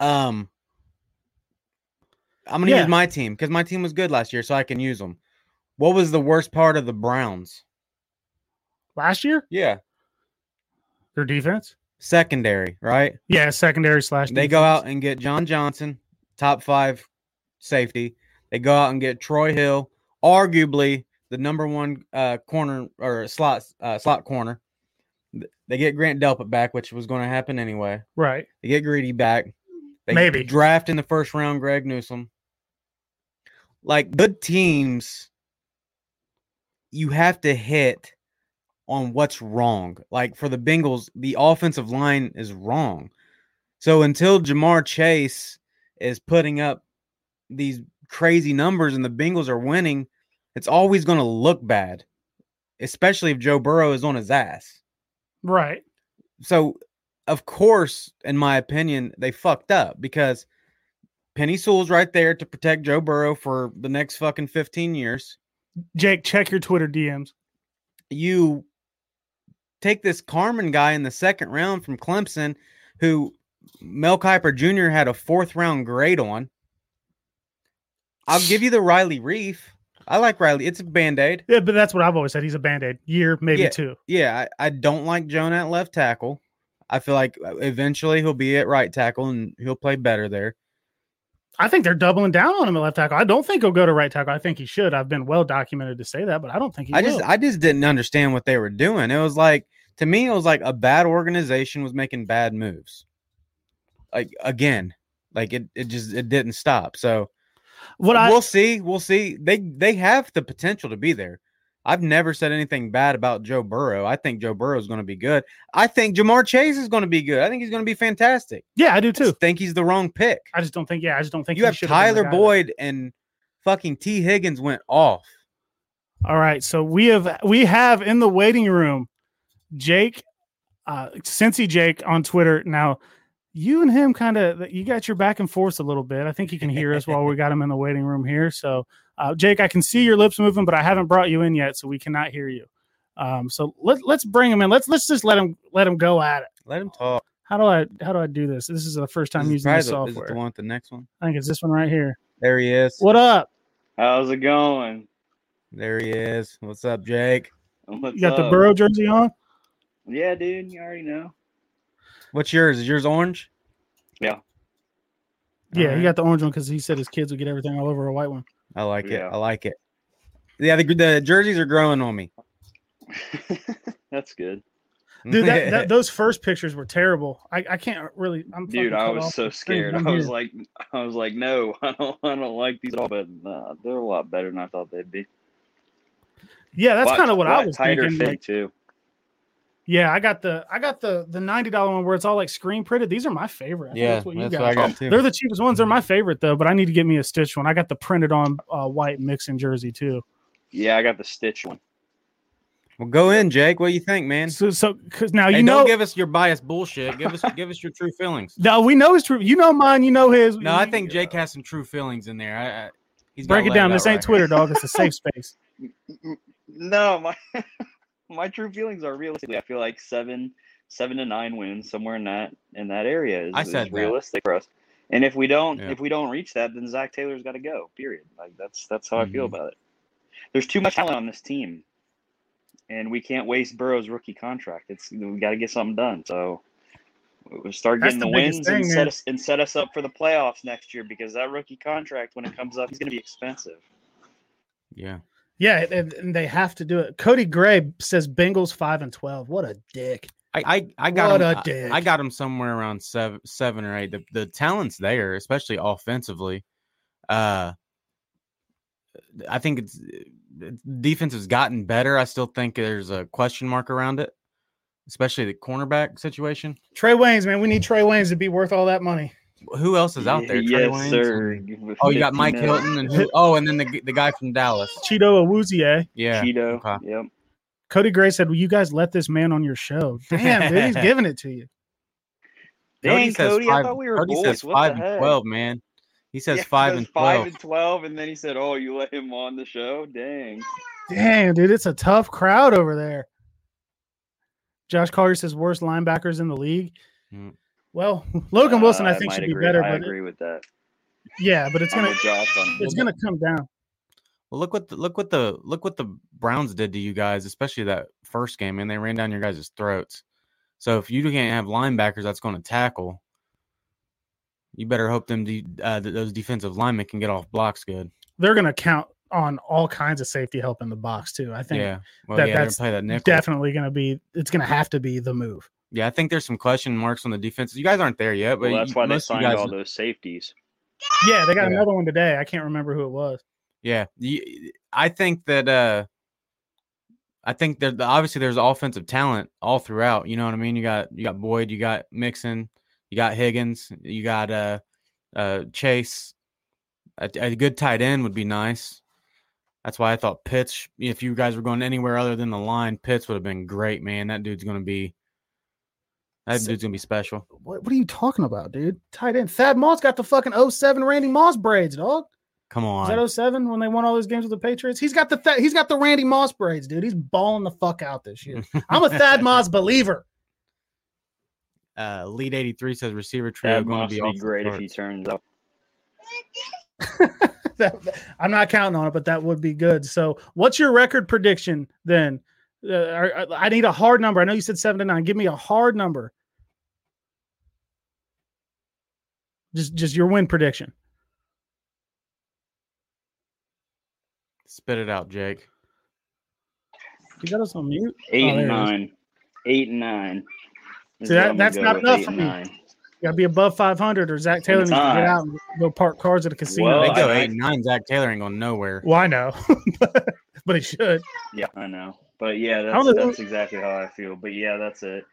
[SPEAKER 3] Um, I'm gonna
[SPEAKER 2] Yeah.
[SPEAKER 3] use my team because my team was good last year, so I can use them. What was the worst part of the Browns?
[SPEAKER 2] Last year,
[SPEAKER 3] Yeah,
[SPEAKER 2] their defense.
[SPEAKER 3] secondary, right?
[SPEAKER 2] Yeah, secondary slash.
[SPEAKER 3] They go
[SPEAKER 2] defense.
[SPEAKER 3] out and get John Johnson, top five safety. They go out and get Troy Hill, arguably the number one uh, corner or slot uh, slot corner. Th- They get Grant Delpit back, which was going to happen anyway.
[SPEAKER 2] right.
[SPEAKER 3] They get Greedy back. They
[SPEAKER 2] Maybe.
[SPEAKER 3] draft in the first round Greg Newsom. Like good teams, you have to hit on what's wrong. Like for the Bengals, the offensive line is wrong. So until Jamar Chase is putting up these crazy numbers and the Bengals are winning, it's always going to look bad, especially if Joe Burrow is on his ass.
[SPEAKER 2] Right.
[SPEAKER 3] So, of course, in my opinion, they fucked up because Penny Sewell's right there to protect Joe Burrow for the next fucking 15 years.
[SPEAKER 2] Jake, check your Twitter DMs.
[SPEAKER 3] You take this Carmen guy in the second round from Clemson, who Mel Kiper Jr. had a fourth round grade on. I'll give you the Riley Reef. I like Riley. It's a band aid.
[SPEAKER 2] Yeah, but that's what I've always said. He's a band aid. Year, maybe two.
[SPEAKER 3] Yeah, I, I don't like Jonah at left tackle. I feel like uh, eventually he'll be at right tackle and he'll play better there.
[SPEAKER 2] I think they're doubling down on him at left tackle. I don't think he'll go to right tackle. I think he should. I've been well documented to say that, but I don't think he
[SPEAKER 3] I
[SPEAKER 2] will.
[SPEAKER 3] just I just didn't understand what they were doing. It was like to me, it was like a bad organization was making bad moves. Like again, like it it just it didn't stop. So
[SPEAKER 2] what I
[SPEAKER 3] we'll see. We'll see. They they have the potential to be there. I've never said anything bad about Joe Burrow. I think Joe Burrow is going to be good. I think Jamar Chase is going to be good. I think he's going to be fantastic.
[SPEAKER 2] yeah, I do
[SPEAKER 3] I
[SPEAKER 2] too.
[SPEAKER 3] just think he's the wrong pick.
[SPEAKER 2] I just don't think. Yeah, I just don't think
[SPEAKER 3] You
[SPEAKER 2] he
[SPEAKER 3] have
[SPEAKER 2] should've been the
[SPEAKER 3] Tyler
[SPEAKER 2] guy.
[SPEAKER 3] Boyd and fucking T Higgins went off.
[SPEAKER 2] All right, so we have we have in the waiting room, Jake, uh, Cincy Jake on Twitter. Now, you and him kind of you got your back and forth a little bit. I think he can hear us while we got him in the waiting room here. So, uh, Jake, I can see your lips moving, but I haven't brought you in yet, so we cannot hear you. Um, so let let's bring him in. Let's let's just let him let him go at it.
[SPEAKER 3] Let him talk.
[SPEAKER 2] How do I how do I do this? This is the first time
[SPEAKER 3] This is
[SPEAKER 2] using this
[SPEAKER 3] probably the- is it
[SPEAKER 2] software.
[SPEAKER 3] the one with the next one.
[SPEAKER 2] I think it's this one right here.
[SPEAKER 3] There he is.
[SPEAKER 2] What up?
[SPEAKER 4] How's it going?
[SPEAKER 3] There he is. What's up, Jake?
[SPEAKER 4] What's
[SPEAKER 2] You got the
[SPEAKER 4] up?
[SPEAKER 2] Burrow jersey on?
[SPEAKER 4] Yeah, dude, you already know. (laughs)
[SPEAKER 3] What's yours? Is yours orange?
[SPEAKER 4] Yeah.
[SPEAKER 2] Yeah,
[SPEAKER 3] Alright.
[SPEAKER 2] you got the orange one because he said his kids would get everything all over a white one.
[SPEAKER 3] I like it.
[SPEAKER 4] Yeah.
[SPEAKER 3] I like it. Yeah, the, the jerseys are growing on me.
[SPEAKER 4] That's good.
[SPEAKER 2] Dude, that,
[SPEAKER 3] (laughs)
[SPEAKER 2] that, those first pictures were terrible. I, I can't really. I'm fucking
[SPEAKER 4] Dude, I
[SPEAKER 2] cut off
[SPEAKER 4] was so
[SPEAKER 2] the screen.
[SPEAKER 4] scared.
[SPEAKER 2] I'm
[SPEAKER 4] I was
[SPEAKER 2] here.
[SPEAKER 4] like I was like, no, (laughs) I don't I don't like these at all, but nah, they're a lot better than I thought they'd be.
[SPEAKER 2] yeah, that's
[SPEAKER 4] Lot-
[SPEAKER 2] kind of what I
[SPEAKER 4] lot
[SPEAKER 2] was
[SPEAKER 4] tighter
[SPEAKER 2] thinking.
[SPEAKER 4] fit
[SPEAKER 2] like,
[SPEAKER 4] too.
[SPEAKER 2] yeah, I got the I got the the ninety dollar one where it's all like screen printed. These are my favorite. I think
[SPEAKER 3] yeah,
[SPEAKER 2] that's what you
[SPEAKER 3] what I
[SPEAKER 2] got.
[SPEAKER 3] got too.
[SPEAKER 2] They're the cheapest ones. They're my favorite though. But I need to get me a stitch one. I got the printed on uh, white mixing jersey too.
[SPEAKER 4] Yeah, I got the Stitch one.
[SPEAKER 3] well, go in, Jake. What do you think, man?
[SPEAKER 2] So so because now Oh, you
[SPEAKER 3] hey,
[SPEAKER 2] know
[SPEAKER 3] don't give us your biased bullshit. Give us give us your true
[SPEAKER 2] (laughs)
[SPEAKER 3] feelings.
[SPEAKER 2] now we know it's true. You know mine. You know his.
[SPEAKER 3] No, I think Jake has some true feelings in there. I, I, he's gotta
[SPEAKER 2] break it
[SPEAKER 3] let
[SPEAKER 2] down.
[SPEAKER 3] out
[SPEAKER 2] This ain't
[SPEAKER 3] right
[SPEAKER 2] Twitter,
[SPEAKER 3] here.
[SPEAKER 2] dog. It's a
[SPEAKER 3] (laughs)
[SPEAKER 2] safe space.
[SPEAKER 4] No, my (laughs) my true feelings are realistically I feel like seven seven to nine wins somewhere in that in that area is,
[SPEAKER 3] I
[SPEAKER 4] is
[SPEAKER 3] said that.
[SPEAKER 4] realistic for us. And if we don't
[SPEAKER 3] Yeah.
[SPEAKER 4] if we don't reach that, then Zach Taylor's gotta go. Period. Like that's that's how I feel
[SPEAKER 3] Mhm.
[SPEAKER 4] about it. There's too much talent on this team. And we can't waste Burrow's rookie contract. It's we gotta get something done. So we start
[SPEAKER 2] That's the
[SPEAKER 4] getting the,
[SPEAKER 2] biggest
[SPEAKER 4] wins and
[SPEAKER 2] thing
[SPEAKER 4] set
[SPEAKER 2] is-
[SPEAKER 4] us and set us up for the playoffs next year because that rookie contract when it comes up, he's gonna be expensive.
[SPEAKER 3] Yeah.
[SPEAKER 2] Yeah, and, and they have to do it. Cody Gray says Bengals five and twelve. What a dick.
[SPEAKER 3] I, I, I got
[SPEAKER 2] What
[SPEAKER 3] him.
[SPEAKER 2] a dick.
[SPEAKER 3] I, I got him somewhere around seven, seven or eight. The, the talent's there, especially offensively. Uh, I think it's uh, defense has gotten better. I still think there's a question mark around it, especially the cornerback situation.
[SPEAKER 2] Trey Waynes, man, we need Trey Waynes to be worth all that money.
[SPEAKER 3] Who else is out there? Trey
[SPEAKER 4] Yes,
[SPEAKER 3] Waynes?
[SPEAKER 4] sir.
[SPEAKER 3] Oh, you got
[SPEAKER 4] 50
[SPEAKER 3] Mike
[SPEAKER 4] mil.
[SPEAKER 3] Hilton and who? Oh, and then the the guy from
[SPEAKER 4] (laughs)
[SPEAKER 3] Dallas.
[SPEAKER 2] Cheeto Awuzie. eh?
[SPEAKER 3] Yeah.
[SPEAKER 4] Cheeto.
[SPEAKER 3] okay.
[SPEAKER 4] Yep.
[SPEAKER 2] Cody Gray said, "Will you guys let this man on your show?" Damn, dude, he's giving it to you.
[SPEAKER 4] Dang,
[SPEAKER 3] says
[SPEAKER 4] Cody, I
[SPEAKER 3] five-
[SPEAKER 4] thought we were
[SPEAKER 3] Cody
[SPEAKER 4] boys.
[SPEAKER 3] says
[SPEAKER 4] what
[SPEAKER 3] five
[SPEAKER 4] the
[SPEAKER 3] and
[SPEAKER 4] heck?
[SPEAKER 3] twelve, man. He says
[SPEAKER 4] Yeah, he
[SPEAKER 3] five
[SPEAKER 4] (laughs) says
[SPEAKER 3] and
[SPEAKER 4] Five
[SPEAKER 3] twelve.
[SPEAKER 4] and twelve, and then he said, "Oh, you let him on the show? Dang."
[SPEAKER 2] Damn, dude, it's a tough crowd over there. Josh Collier says worst linebackers in the league.
[SPEAKER 3] Hmm.
[SPEAKER 2] Well, Logan Wilson,
[SPEAKER 4] Mm. Uh,
[SPEAKER 2] I think,
[SPEAKER 4] might
[SPEAKER 2] should be
[SPEAKER 4] agree.
[SPEAKER 2] better,
[SPEAKER 4] I
[SPEAKER 2] but
[SPEAKER 4] agree with that.
[SPEAKER 2] yeah, but it's
[SPEAKER 4] I'm
[SPEAKER 2] gonna
[SPEAKER 4] with Josh on
[SPEAKER 2] it's gonna come down.
[SPEAKER 3] Well, look what the, look what the look what the Browns did to you guys, especially that first game, man. They ran down your guys' throats. So if you can't have linebackers that's going to tackle, you better hope them de- uh, th- those defensive linemen can get off blocks good.
[SPEAKER 2] They're gonna count on all kinds of safety help in the box too. I think
[SPEAKER 3] Yeah, well,
[SPEAKER 2] that-
[SPEAKER 3] yeah, they're gonna
[SPEAKER 2] that's
[SPEAKER 3] play that nickel.
[SPEAKER 2] definitely gonna be. It's gonna have to be the move.
[SPEAKER 3] Yeah, I think there's some question marks on the defense. You guys aren't there yet, but
[SPEAKER 4] Well, that's
[SPEAKER 3] you-
[SPEAKER 4] why they
[SPEAKER 3] most of you
[SPEAKER 4] signed
[SPEAKER 3] guys-
[SPEAKER 4] all those safeties.
[SPEAKER 2] Yeah, they got
[SPEAKER 3] Yeah.
[SPEAKER 2] another one today. I can't remember who it was.
[SPEAKER 3] Yeah, you, I think that uh I think that the- obviously there's offensive talent all throughout. You know what I mean? You got you got Boyd, you got Mixon, You got Higgins. You got uh, uh, Chase. A, a good tight end would be nice. That's why I thought Pitts. If you guys were going anywhere other than the line, Pitts would have been great, man. That dude's gonna be. That
[SPEAKER 2] So-
[SPEAKER 3] dude's gonna be special.
[SPEAKER 2] What, what are you talking about, dude? Tight end. Thad Moss got the fucking 07 Randy Moss braids, dog.
[SPEAKER 3] Come
[SPEAKER 2] Is
[SPEAKER 3] on.
[SPEAKER 2] that 07 when they won all those games with the Patriots? He's got the Thad- he's got the Randy Moss braids, dude. He's balling the fuck out this
[SPEAKER 3] (laughs)
[SPEAKER 2] year. I'm a Thad Moss believer. (laughs)
[SPEAKER 3] uh, lead 83 says receiver trio
[SPEAKER 4] That
[SPEAKER 3] going
[SPEAKER 4] must
[SPEAKER 3] to
[SPEAKER 4] be,
[SPEAKER 3] be, off the
[SPEAKER 4] great if
[SPEAKER 3] charts.
[SPEAKER 4] he turns up.
[SPEAKER 2] That- I'm not counting on it, but that would be good. So, what's your record prediction then? Uh, are- are- I need a hard number. I know you said seven to nine. Give me a hard number. Just, just your win prediction.
[SPEAKER 3] spit it out, Jake.
[SPEAKER 2] You got us on mute.
[SPEAKER 4] Eight
[SPEAKER 2] Oh, there it
[SPEAKER 4] and
[SPEAKER 2] is.
[SPEAKER 4] nine. Eight and nine. This
[SPEAKER 2] See, that-
[SPEAKER 4] is what I'm gonna
[SPEAKER 2] that's
[SPEAKER 4] go
[SPEAKER 2] not
[SPEAKER 4] with,
[SPEAKER 2] enough
[SPEAKER 4] eight
[SPEAKER 2] for
[SPEAKER 4] and
[SPEAKER 2] me.
[SPEAKER 4] nine.
[SPEAKER 2] You got to be above 500, or Zach Taylor needs to get
[SPEAKER 4] Fine.
[SPEAKER 3] Ah.
[SPEAKER 2] out and go park cars at a casino.
[SPEAKER 4] Well,
[SPEAKER 3] they go
[SPEAKER 4] I-
[SPEAKER 3] eight and nine. Zach Taylor ain't going nowhere.
[SPEAKER 2] Well, I know, (laughs) but he should.
[SPEAKER 4] Yeah, I know. But yeah,
[SPEAKER 2] don't
[SPEAKER 4] that's,
[SPEAKER 2] know who-
[SPEAKER 4] that's exactly how I feel. But yeah, that's it.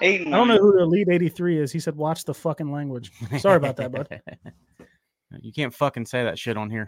[SPEAKER 4] Eight and
[SPEAKER 2] I don't
[SPEAKER 4] nine.
[SPEAKER 2] know who the lead 83 is. He said, "Watch the fucking language." Sorry about that, bud.
[SPEAKER 3] (laughs) You can't fucking say that shit on here.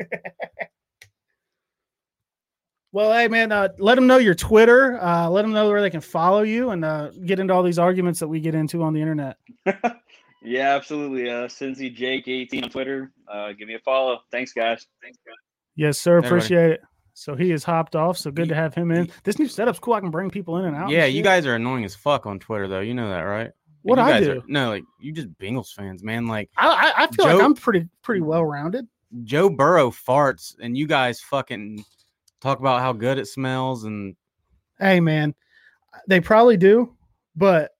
[SPEAKER 2] Well, hey man, uh, let them know your Twitter. Uh, let them know where they can follow you and uh, get into all these arguments that we get into on the internet.
[SPEAKER 4] (laughs) yeah, absolutely. Uh, Cincy Jake eighteen on Twitter. Uh, give me a follow. Thanks, guys. Thanks, guys.
[SPEAKER 2] Yes, sir.
[SPEAKER 3] Everybody.
[SPEAKER 2] Appreciate it. So he is hopped off. So good
[SPEAKER 3] Ye-
[SPEAKER 2] to have him in. This new setup's cool. I can bring people in and out. and
[SPEAKER 3] yeah, you
[SPEAKER 2] shit.
[SPEAKER 3] guys are annoying as fuck on Twitter though. You know that, right? Like,
[SPEAKER 2] What
[SPEAKER 3] you
[SPEAKER 2] I
[SPEAKER 3] guys
[SPEAKER 2] do?
[SPEAKER 3] Are, no, like you just Bengals fans, man. Like
[SPEAKER 2] I, I, I feel like
[SPEAKER 3] Joe-
[SPEAKER 2] I'm pretty pretty well rounded.
[SPEAKER 3] Joe Burrow farts, and you guys fucking talk about how good it smells, and
[SPEAKER 2] Hey man, they probably do, but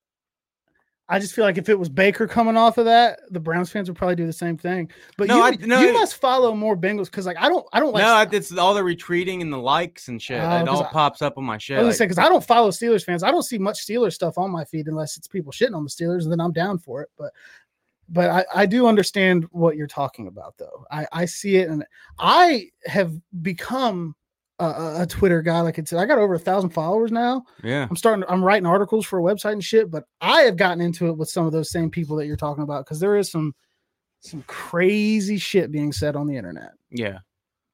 [SPEAKER 2] I just feel like if it was Baker coming off of that, the Browns fans would probably do the same thing. But
[SPEAKER 3] No,
[SPEAKER 2] you,
[SPEAKER 3] I- no,
[SPEAKER 2] you
[SPEAKER 3] it-
[SPEAKER 2] must follow more Bengals because like I don't I don't like
[SPEAKER 3] no, it's all the retreating and the likes and shit.
[SPEAKER 2] Oh,
[SPEAKER 3] it
[SPEAKER 2] 'cause
[SPEAKER 3] all
[SPEAKER 2] I-
[SPEAKER 3] pops up on my
[SPEAKER 2] I
[SPEAKER 3] shit.
[SPEAKER 2] was gonna
[SPEAKER 3] like-
[SPEAKER 2] say because I don't follow Steelers fans. I don't see much Steelers stuff on my feed unless it's people shitting on the Steelers, and then I'm down for it. But but I, I do understand what you're talking about though. I, I see it, and I have become a, a- a Twitter guy. Like I said, I got over a thousand followers now.
[SPEAKER 3] yeah,
[SPEAKER 2] I'm starting. I'm writing articles for a website and shit. But I have gotten into it with some of those same people that you're talking about because there is some some crazy shit being said on the internet.
[SPEAKER 3] yeah.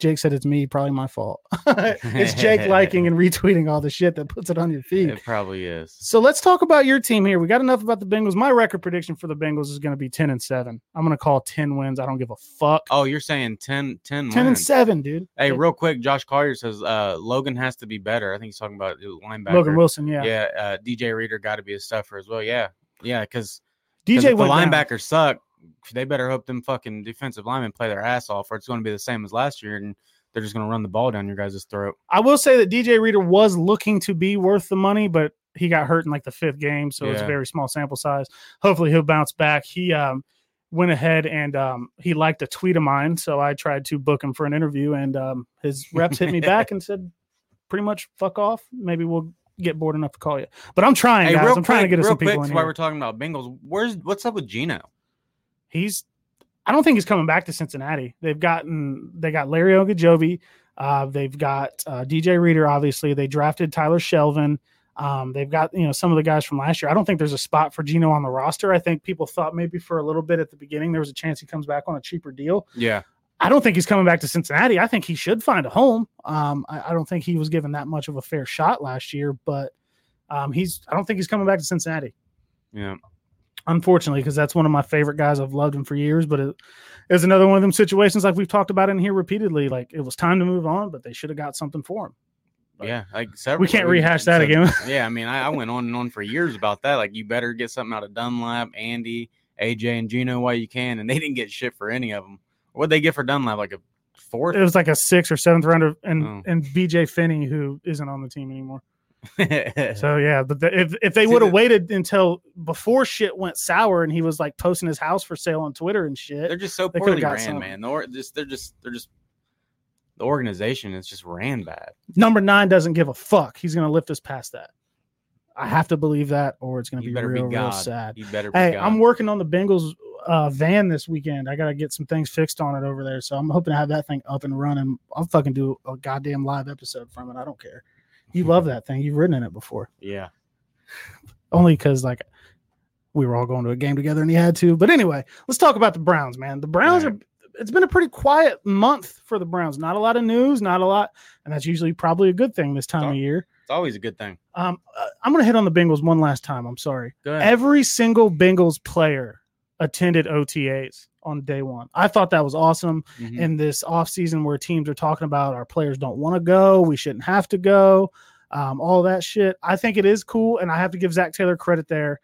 [SPEAKER 2] Jake said it's me, probably my fault. (laughs) it's
[SPEAKER 3] (laughs)
[SPEAKER 2] Jake liking and retweeting all the shit that puts it on your feed.
[SPEAKER 3] It probably is.
[SPEAKER 2] So let's talk about your team here. We got enough about the Bengals. My record prediction for the Bengals is going to be 10 and 7. I'm going to call 10 wins. I don't give a fuck.
[SPEAKER 3] Oh, you're saying 10, 10,
[SPEAKER 2] 10 and
[SPEAKER 3] wins.
[SPEAKER 2] 7, dude.
[SPEAKER 3] Hey, real quick, Josh Collier says uh, Logan has to be better. I think he's talking about the linebacker.
[SPEAKER 2] Logan Wilson, yeah.
[SPEAKER 3] Yeah, uh, DJ Reader got to be a stuffer as well. Yeah, yeah, because if the
[SPEAKER 2] DJ went down.
[SPEAKER 3] linebackers suck, they better hope them fucking defensive linemen play their ass off, or it's going to be the same as last year, and they're just going to run the ball down your guys' throat.
[SPEAKER 2] I will say that DJ Reader was looking to be worth the money, but he got hurt in like the fifth game, so it's a
[SPEAKER 3] Yeah.
[SPEAKER 2] very small sample size. Hopefully, he'll bounce back. He um, went ahead and um, he liked a tweet of mine, so I tried to book him for an interview, and um, his reps hit
[SPEAKER 3] (laughs)
[SPEAKER 2] me back and said, "Pretty much, fuck off. Maybe we'll get bored enough to call you." But I'm trying,
[SPEAKER 3] Hey,
[SPEAKER 2] guys.
[SPEAKER 3] real
[SPEAKER 2] I'm
[SPEAKER 3] quick,
[SPEAKER 2] trying to get us
[SPEAKER 3] real
[SPEAKER 2] some
[SPEAKER 3] quick,
[SPEAKER 2] people in
[SPEAKER 3] while
[SPEAKER 2] here.
[SPEAKER 3] we're talking about Bengals, where's what's up with Gino?
[SPEAKER 2] he's I don't think he's coming back to Cincinnati. They've gotten they got Larry Ogajobi. Uh, they've got uh, DJ Reader. Obviously, they drafted Tyler Shelvin. Um, they've got you know some of the guys from last year. I don't think there's a spot for Gino on the roster. I think people thought maybe for a little bit at the beginning there was a chance he comes back on a cheaper deal.
[SPEAKER 3] Yeah,
[SPEAKER 2] I don't think he's coming back to Cincinnati. I think he should find a home. Um, I, I don't think he was given that much of a fair shot last year, but um, he's I don't think he's coming back to Cincinnati
[SPEAKER 3] yeah.
[SPEAKER 2] unfortunately, because that's one of my favorite guys. I've loved him for years, but it is another one of them situations like we've talked about in here repeatedly. Like it was time to move on, but they should have got something for him. But
[SPEAKER 3] Yeah, like several.
[SPEAKER 2] We can't rehash that
[SPEAKER 3] so-
[SPEAKER 2] again. (laughs)
[SPEAKER 3] yeah, I mean, I, I went on and on for years about that. Like, you better get something out of Dunlap, Andy, AJ, and Gino while you can, and they didn't get shit for any of them. What'd they get for Dunlap? Like a fourth?
[SPEAKER 2] it was like a sixth or seventh rounder, and
[SPEAKER 3] Oh.
[SPEAKER 2] and BJ Finney, who isn't on the team anymore.
[SPEAKER 3] (laughs) so,
[SPEAKER 2] So yeah, but the, if if they
[SPEAKER 3] See,
[SPEAKER 2] would have
[SPEAKER 3] the-
[SPEAKER 2] waited until before shit went sour and he was like posting his house for sale on Twitter and shit,
[SPEAKER 3] they're just so
[SPEAKER 2] they could've
[SPEAKER 3] poorly
[SPEAKER 2] got
[SPEAKER 3] ran,
[SPEAKER 2] some.
[SPEAKER 3] man. The or, just they're just they're just the organization is just ran bad.
[SPEAKER 2] number nine doesn't give a fuck. He's gonna lift us past that. I have to believe that, or it's gonna
[SPEAKER 3] You
[SPEAKER 2] be
[SPEAKER 3] better
[SPEAKER 2] real,
[SPEAKER 3] be
[SPEAKER 2] real
[SPEAKER 3] God.
[SPEAKER 2] sad.
[SPEAKER 3] You better.
[SPEAKER 2] Hey,
[SPEAKER 3] be
[SPEAKER 2] I'm
[SPEAKER 3] gone.
[SPEAKER 2] working on the Bengals uh, van this weekend. I gotta get some things fixed on it over there, so I'm hoping to have that thing up and running. I'll fucking do a goddamn live episode from it. I don't care. You love that thing. You've ridden in it before,
[SPEAKER 3] yeah.
[SPEAKER 2] only because like we were all going to a game together and he had to. But anyway, let's talk about the Browns, man. The Browns
[SPEAKER 3] All
[SPEAKER 2] are it's been a pretty quiet month for the Browns. Not a lot of news, not a lot, and that's usually probably a good thing this time
[SPEAKER 3] Oh.
[SPEAKER 2] of year.
[SPEAKER 3] It's always a good thing.
[SPEAKER 2] Um, uh, I'm going to hit on the Bengals one last time. I'm sorry.
[SPEAKER 3] Go ahead.
[SPEAKER 2] Every single Bengals player attended OTAs on day one. I thought that was awesome
[SPEAKER 3] Mhm.
[SPEAKER 2] in this offseason where teams are talking about our players don't want to go, we shouldn't have to go, um, all that shit. I think it is cool, and I have to give Zach Taylor credit there.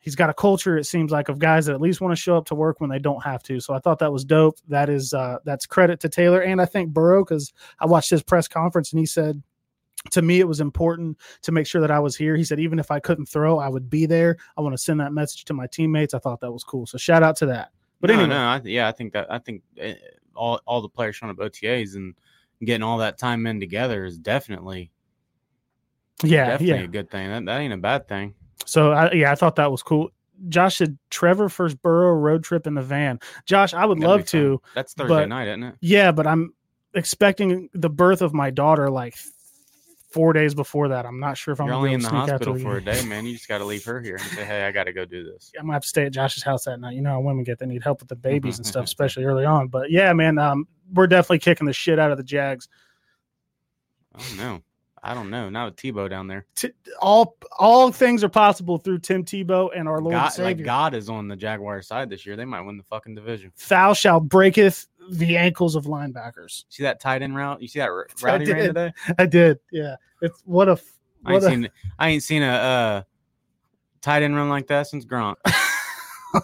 [SPEAKER 2] He's got a culture, it seems like, of guys that at least want to show up to work when they don't have to. So I thought that was dope. That is uh, that's credit to Taylor, and I think Burrow because I watched his press conference and he said. To me, it was important to make sure that I was here. He said, even if I couldn't throw, I would be there. I want to send that message to my teammates. I thought that was cool. So shout out to that. But
[SPEAKER 3] no,
[SPEAKER 2] anyway,
[SPEAKER 3] no, I, th- yeah, I think that I think eh, all all the players showing up OTAs and getting all that time in together is definitely
[SPEAKER 2] yeah,
[SPEAKER 3] definitely
[SPEAKER 2] yeah.
[SPEAKER 3] a good thing. That, that ain't a bad thing.
[SPEAKER 2] So I, yeah, I thought that was cool. Josh said Trevor first Burrow road trip in the van. Josh, I would
[SPEAKER 3] That'll
[SPEAKER 2] love
[SPEAKER 3] be fun.
[SPEAKER 2] to.
[SPEAKER 3] That's Thursday
[SPEAKER 2] but-
[SPEAKER 3] night, isn't it?
[SPEAKER 2] Yeah, but I'm expecting the birth of my daughter like four days before that. I'm not sure if I'm
[SPEAKER 3] You're
[SPEAKER 2] gonna
[SPEAKER 3] only
[SPEAKER 2] be
[SPEAKER 3] in
[SPEAKER 2] able
[SPEAKER 3] the
[SPEAKER 2] to sneak out to
[SPEAKER 3] hospital
[SPEAKER 2] the-
[SPEAKER 3] for a
[SPEAKER 2] (laughs)
[SPEAKER 3] day, man. You just got to leave her here and say, "Hey, I got to go do this."
[SPEAKER 2] I'm gonna have to stay at Josh's house that night. You know how women get; they need help
[SPEAKER 3] Mm-hmm,
[SPEAKER 2] with the babies and stuff, especially early on. But yeah, man, um, we're definitely kicking the shit out of the Jags.
[SPEAKER 3] I don't know. Oh, I don't know. Not with Tebow down there.
[SPEAKER 2] T- all all things are possible through Tim Tebow and our Lord and
[SPEAKER 3] God, like
[SPEAKER 2] Savior.
[SPEAKER 3] God is on the Jaguar side this year. They might win the fucking division.
[SPEAKER 2] Thou shalt breaketh the ankles of linebackers. (laughs)
[SPEAKER 3] See that tight end route? You see that r-
[SPEAKER 2] I
[SPEAKER 3] route he ran
[SPEAKER 2] did.
[SPEAKER 3] today?
[SPEAKER 2] I did. Yeah. It's what a f-
[SPEAKER 3] I ain't
[SPEAKER 2] what a,
[SPEAKER 3] seen. I ain't seen a uh, tight end run like that
[SPEAKER 2] (laughs)
[SPEAKER 3] since Gronk.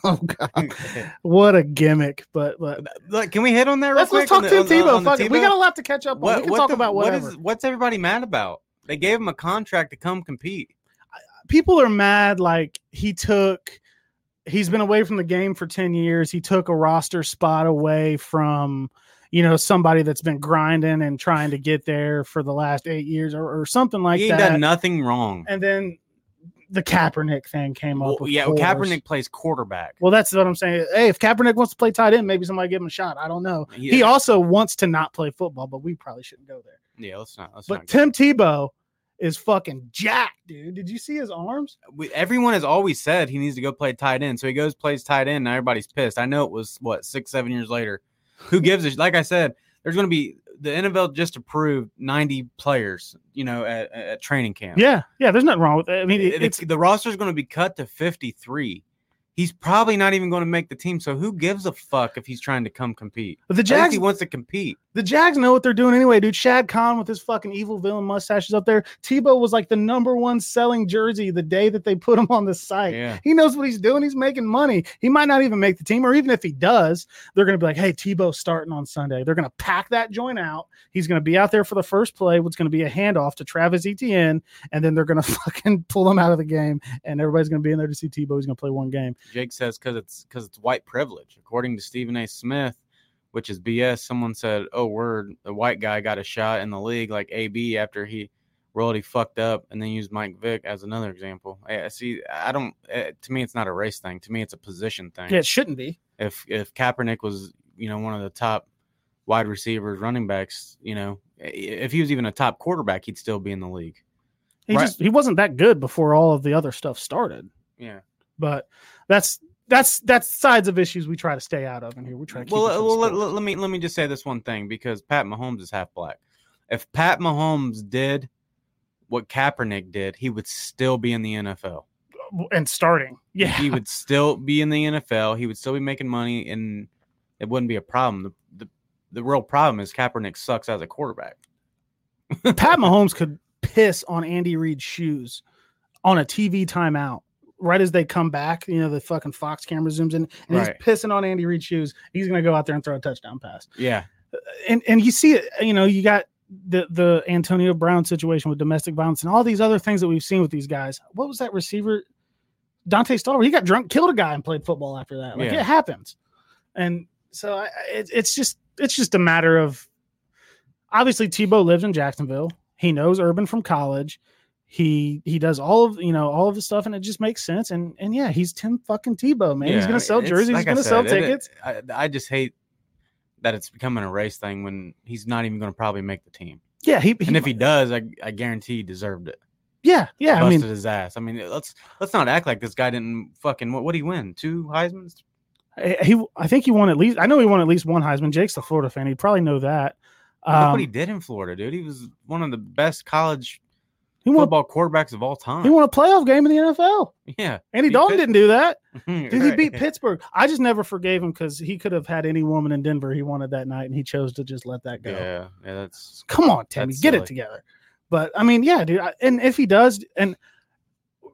[SPEAKER 2] oh god. What a gimmick. But but
[SPEAKER 3] Look, can we hit on that? real
[SPEAKER 2] let's let's
[SPEAKER 3] quick
[SPEAKER 2] talk
[SPEAKER 3] on the-
[SPEAKER 2] to
[SPEAKER 3] on-
[SPEAKER 2] Tebow.
[SPEAKER 3] on the
[SPEAKER 2] Fuck it. We
[SPEAKER 3] Tebow?
[SPEAKER 2] got a lot to catch up on. we can talk
[SPEAKER 3] the-
[SPEAKER 2] about whatever.
[SPEAKER 3] What is, what's everybody mad about? They gave him a contract to come compete.
[SPEAKER 2] People are mad like he took he's been away from the game for 10 years. He took a roster spot away from you know somebody that's been grinding and trying to get there for the last 8 years or, or something like
[SPEAKER 3] he ain't
[SPEAKER 2] that.
[SPEAKER 3] done nothing wrong.
[SPEAKER 2] and then the Kaepernick thing came up.
[SPEAKER 3] Well,
[SPEAKER 2] of
[SPEAKER 3] yeah,
[SPEAKER 2] course.
[SPEAKER 3] Kaepernick plays quarterback.
[SPEAKER 2] Well, that's what I'm saying. Hey, if Kaepernick wants to play tight end, maybe somebody give him a shot. I don't know.
[SPEAKER 3] He-
[SPEAKER 2] He also wants to not play football, but we probably shouldn't go there.
[SPEAKER 3] yeah, let's not. Let's
[SPEAKER 2] But
[SPEAKER 3] not.
[SPEAKER 2] Tim Tebow is fucking jacked, dude. Did you see his arms?
[SPEAKER 3] we- everyone has always said he needs to go play tight end, so he goes plays tight end. And everybody's pissed. I know it was what six, seven years later. Who gives a sh- like I said? There's going to be the NFL just approved 90 players, you know, at, at training camp.
[SPEAKER 2] Yeah, yeah. There's nothing wrong with it. I mean, it-
[SPEAKER 3] It- it's,
[SPEAKER 2] it's
[SPEAKER 3] the roster's going to be cut to 53. He's probably not even going to make the team. So who gives a fuck if he's trying to come compete?
[SPEAKER 2] the
[SPEAKER 3] At least
[SPEAKER 2] Jags.
[SPEAKER 3] he wants to compete.
[SPEAKER 2] The Jags know what they're doing anyway, dude. Shad Khan with his fucking evil villain mustaches up there. Tebow was like the number one selling jersey the day that they put him on the site.
[SPEAKER 3] Yeah.
[SPEAKER 2] He knows what he's doing. He's making money. He might not even make the team, or even if he does, they're going to be like, hey, Tebow's starting on Sunday. They're going to pack that joint out. He's going to be out there for the first play, what's going to be a handoff to Travis Etienne, and then they're going to (laughs) fucking pull him out of the game, and everybody's going to be in there to see Tebow. He's going to play one game.
[SPEAKER 3] Jake says because it's because it's white privilege, according to Stephen A. Smith, which is BS. Someone said, "Oh, word, the white guy got a shot in the league like AB after he royalty fucked up," and then used Mike Vick as another example. I, I see. I don't. eh, to me, it's not a race thing. To me, it's a position thing.
[SPEAKER 2] Yeah, it shouldn't be.
[SPEAKER 3] If if Kaepernick was you know one of the top wide receivers, running backs, you know, i- if he was even a top quarterback, he'd still be in the league.
[SPEAKER 2] He
[SPEAKER 3] Right.
[SPEAKER 2] just he wasn't that good before all of the other stuff started.
[SPEAKER 3] Yeah.
[SPEAKER 2] But that's that's that's sides of issues we try to stay out of in here. We try to keep
[SPEAKER 3] well, uh,
[SPEAKER 2] it from
[SPEAKER 3] well, let,
[SPEAKER 2] sports.
[SPEAKER 3] let- let me let me just say this one thing because Pat Mahomes is half black. If Pat Mahomes did what Kaepernick did, he would still be in the NFL.
[SPEAKER 2] and starting. (laughs) Yeah.
[SPEAKER 3] He would still be in the NFL. He would still be making money, and it wouldn't be a problem. The the, the real problem is Kaepernick sucks as a quarterback.
[SPEAKER 2] Pat Mahomes could piss on Andy Reid's shoes on a TV timeout right as they come back. You know, the fucking Fox camera zooms in and
[SPEAKER 3] Right.
[SPEAKER 2] he's pissing on Andy Reid's shoes. He's going to go out there and throw a touchdown pass.
[SPEAKER 3] Yeah,
[SPEAKER 2] And and you see it, you know, you got the the Antonio Brown situation with domestic violence and all these other things that we've seen with these guys. What was that receiver? Dante Stalwart. He got drunk, killed a guy, and played football after that. Like
[SPEAKER 3] Yeah.
[SPEAKER 2] it happens. And so I, I- it, it's just it's just a matter of obviously Tebow lives in Jacksonville. He knows Urban from college. He he does all of you know all of the stuff, and it just makes sense. And and yeah, he's Tim fucking Tebow, man.
[SPEAKER 3] Yeah,
[SPEAKER 2] He's gonna sell
[SPEAKER 3] it's-
[SPEAKER 2] jerseys. he's
[SPEAKER 3] like I
[SPEAKER 2] gonna sell
[SPEAKER 3] said, it-
[SPEAKER 2] tickets.
[SPEAKER 3] it- I, I just hate that it's becoming a race thing when he's not even going to probably make the team.
[SPEAKER 2] yeah, he, he
[SPEAKER 3] And if he does, I, I guarantee he deserved it.
[SPEAKER 2] Yeah, yeah. I
[SPEAKER 3] busted
[SPEAKER 2] mean,
[SPEAKER 3] his ass. I mean, eh, let's let's not act like this guy didn't fucking. What did he win? Two Heisman's?
[SPEAKER 2] I- he. I think he won at least. I know he won at least one Heisman. Jake's the Florida fan. He'd probably know that.
[SPEAKER 3] Look what he
[SPEAKER 2] Um,
[SPEAKER 3] did in Florida, dude. He was one of the best college
[SPEAKER 2] he won.
[SPEAKER 3] football quarterbacks of all time.
[SPEAKER 2] He won a playoff game in the NFL.
[SPEAKER 3] (laughs) yeah. (laughs)
[SPEAKER 2] Andy
[SPEAKER 3] He
[SPEAKER 2] Dalton
[SPEAKER 3] could-
[SPEAKER 2] didn't do
[SPEAKER 3] (laughs)
[SPEAKER 2] that. Dude,
[SPEAKER 3] Right.
[SPEAKER 2] he beat Pittsburgh. I just never forgave him because he could have had any woman in Denver he wanted that night, and he chose to just let that go.
[SPEAKER 3] Yeah, yeah, that's
[SPEAKER 2] Come on, Timmy,
[SPEAKER 3] That's
[SPEAKER 2] get it
[SPEAKER 3] silly.
[SPEAKER 2] together. But I mean, yeah, dude. I, and if he does, and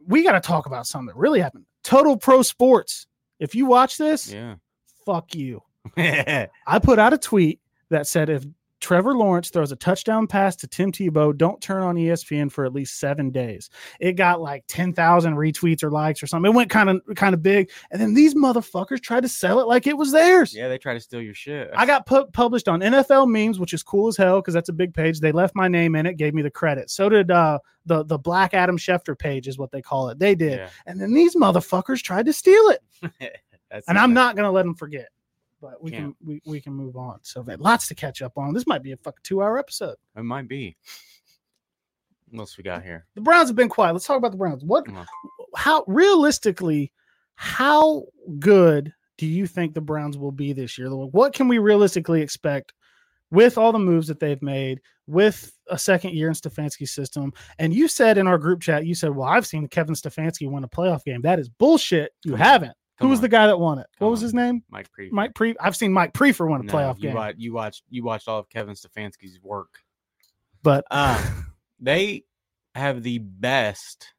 [SPEAKER 2] we got to talk about something that really happened. Total Pro Sports. If you watch this,
[SPEAKER 3] yeah. (laughs)
[SPEAKER 2] fuck you.
[SPEAKER 3] yeah,
[SPEAKER 2] I put out a tweet that said if Trevor Lawrence throws a touchdown pass to Tim Tebow, don't turn on E ESPN for at least seven days. It got like ten thousand retweets or likes or something. It went kind of kind of big, and then these motherfuckers tried to sell it like it was theirs.
[SPEAKER 3] they try to steal your shit. (laughs)
[SPEAKER 2] I got put, published on NFL memes, which is cool as hell because that's a big page. They left my name in it, gave me the credit. So did uh, the the Black Adam Schefter page, is what they call it. They did,
[SPEAKER 3] Yeah, (laughs)
[SPEAKER 2] and then these motherfuckers tried to steal it
[SPEAKER 3] that's
[SPEAKER 2] and
[SPEAKER 3] it,
[SPEAKER 2] I'm
[SPEAKER 3] man.
[SPEAKER 2] not gonna let them forget. But we
[SPEAKER 3] Can't.
[SPEAKER 2] can we, we can move on. So man, lots to catch up on. This might be a fucking two hour episode.
[SPEAKER 3] It might be. What else we got here?
[SPEAKER 2] The Browns have been quiet. Let's talk about the Browns. What
[SPEAKER 3] Come on.
[SPEAKER 2] how realistically, how good do you think the Browns will be this year? What can we realistically expect with all the moves that they've made, with a second year in Stefanski's system? And you said in our group chat, you said, Well, I've seen Kevin Stefanski win a playoff game. That is bullshit. You
[SPEAKER 3] Come on.
[SPEAKER 2] haven't. Who
[SPEAKER 3] Come
[SPEAKER 2] was
[SPEAKER 3] on.
[SPEAKER 2] the guy that won it?
[SPEAKER 3] Come
[SPEAKER 2] what was
[SPEAKER 3] on.
[SPEAKER 2] his name?
[SPEAKER 3] Mike Prefer.
[SPEAKER 2] Mike Pre. I've seen Mike Prefer win a
[SPEAKER 3] No,
[SPEAKER 2] playoff
[SPEAKER 3] you
[SPEAKER 2] game.
[SPEAKER 3] wa- you watched you watched all of Kevin Stefanski's work.
[SPEAKER 2] But
[SPEAKER 3] Um, they have the best,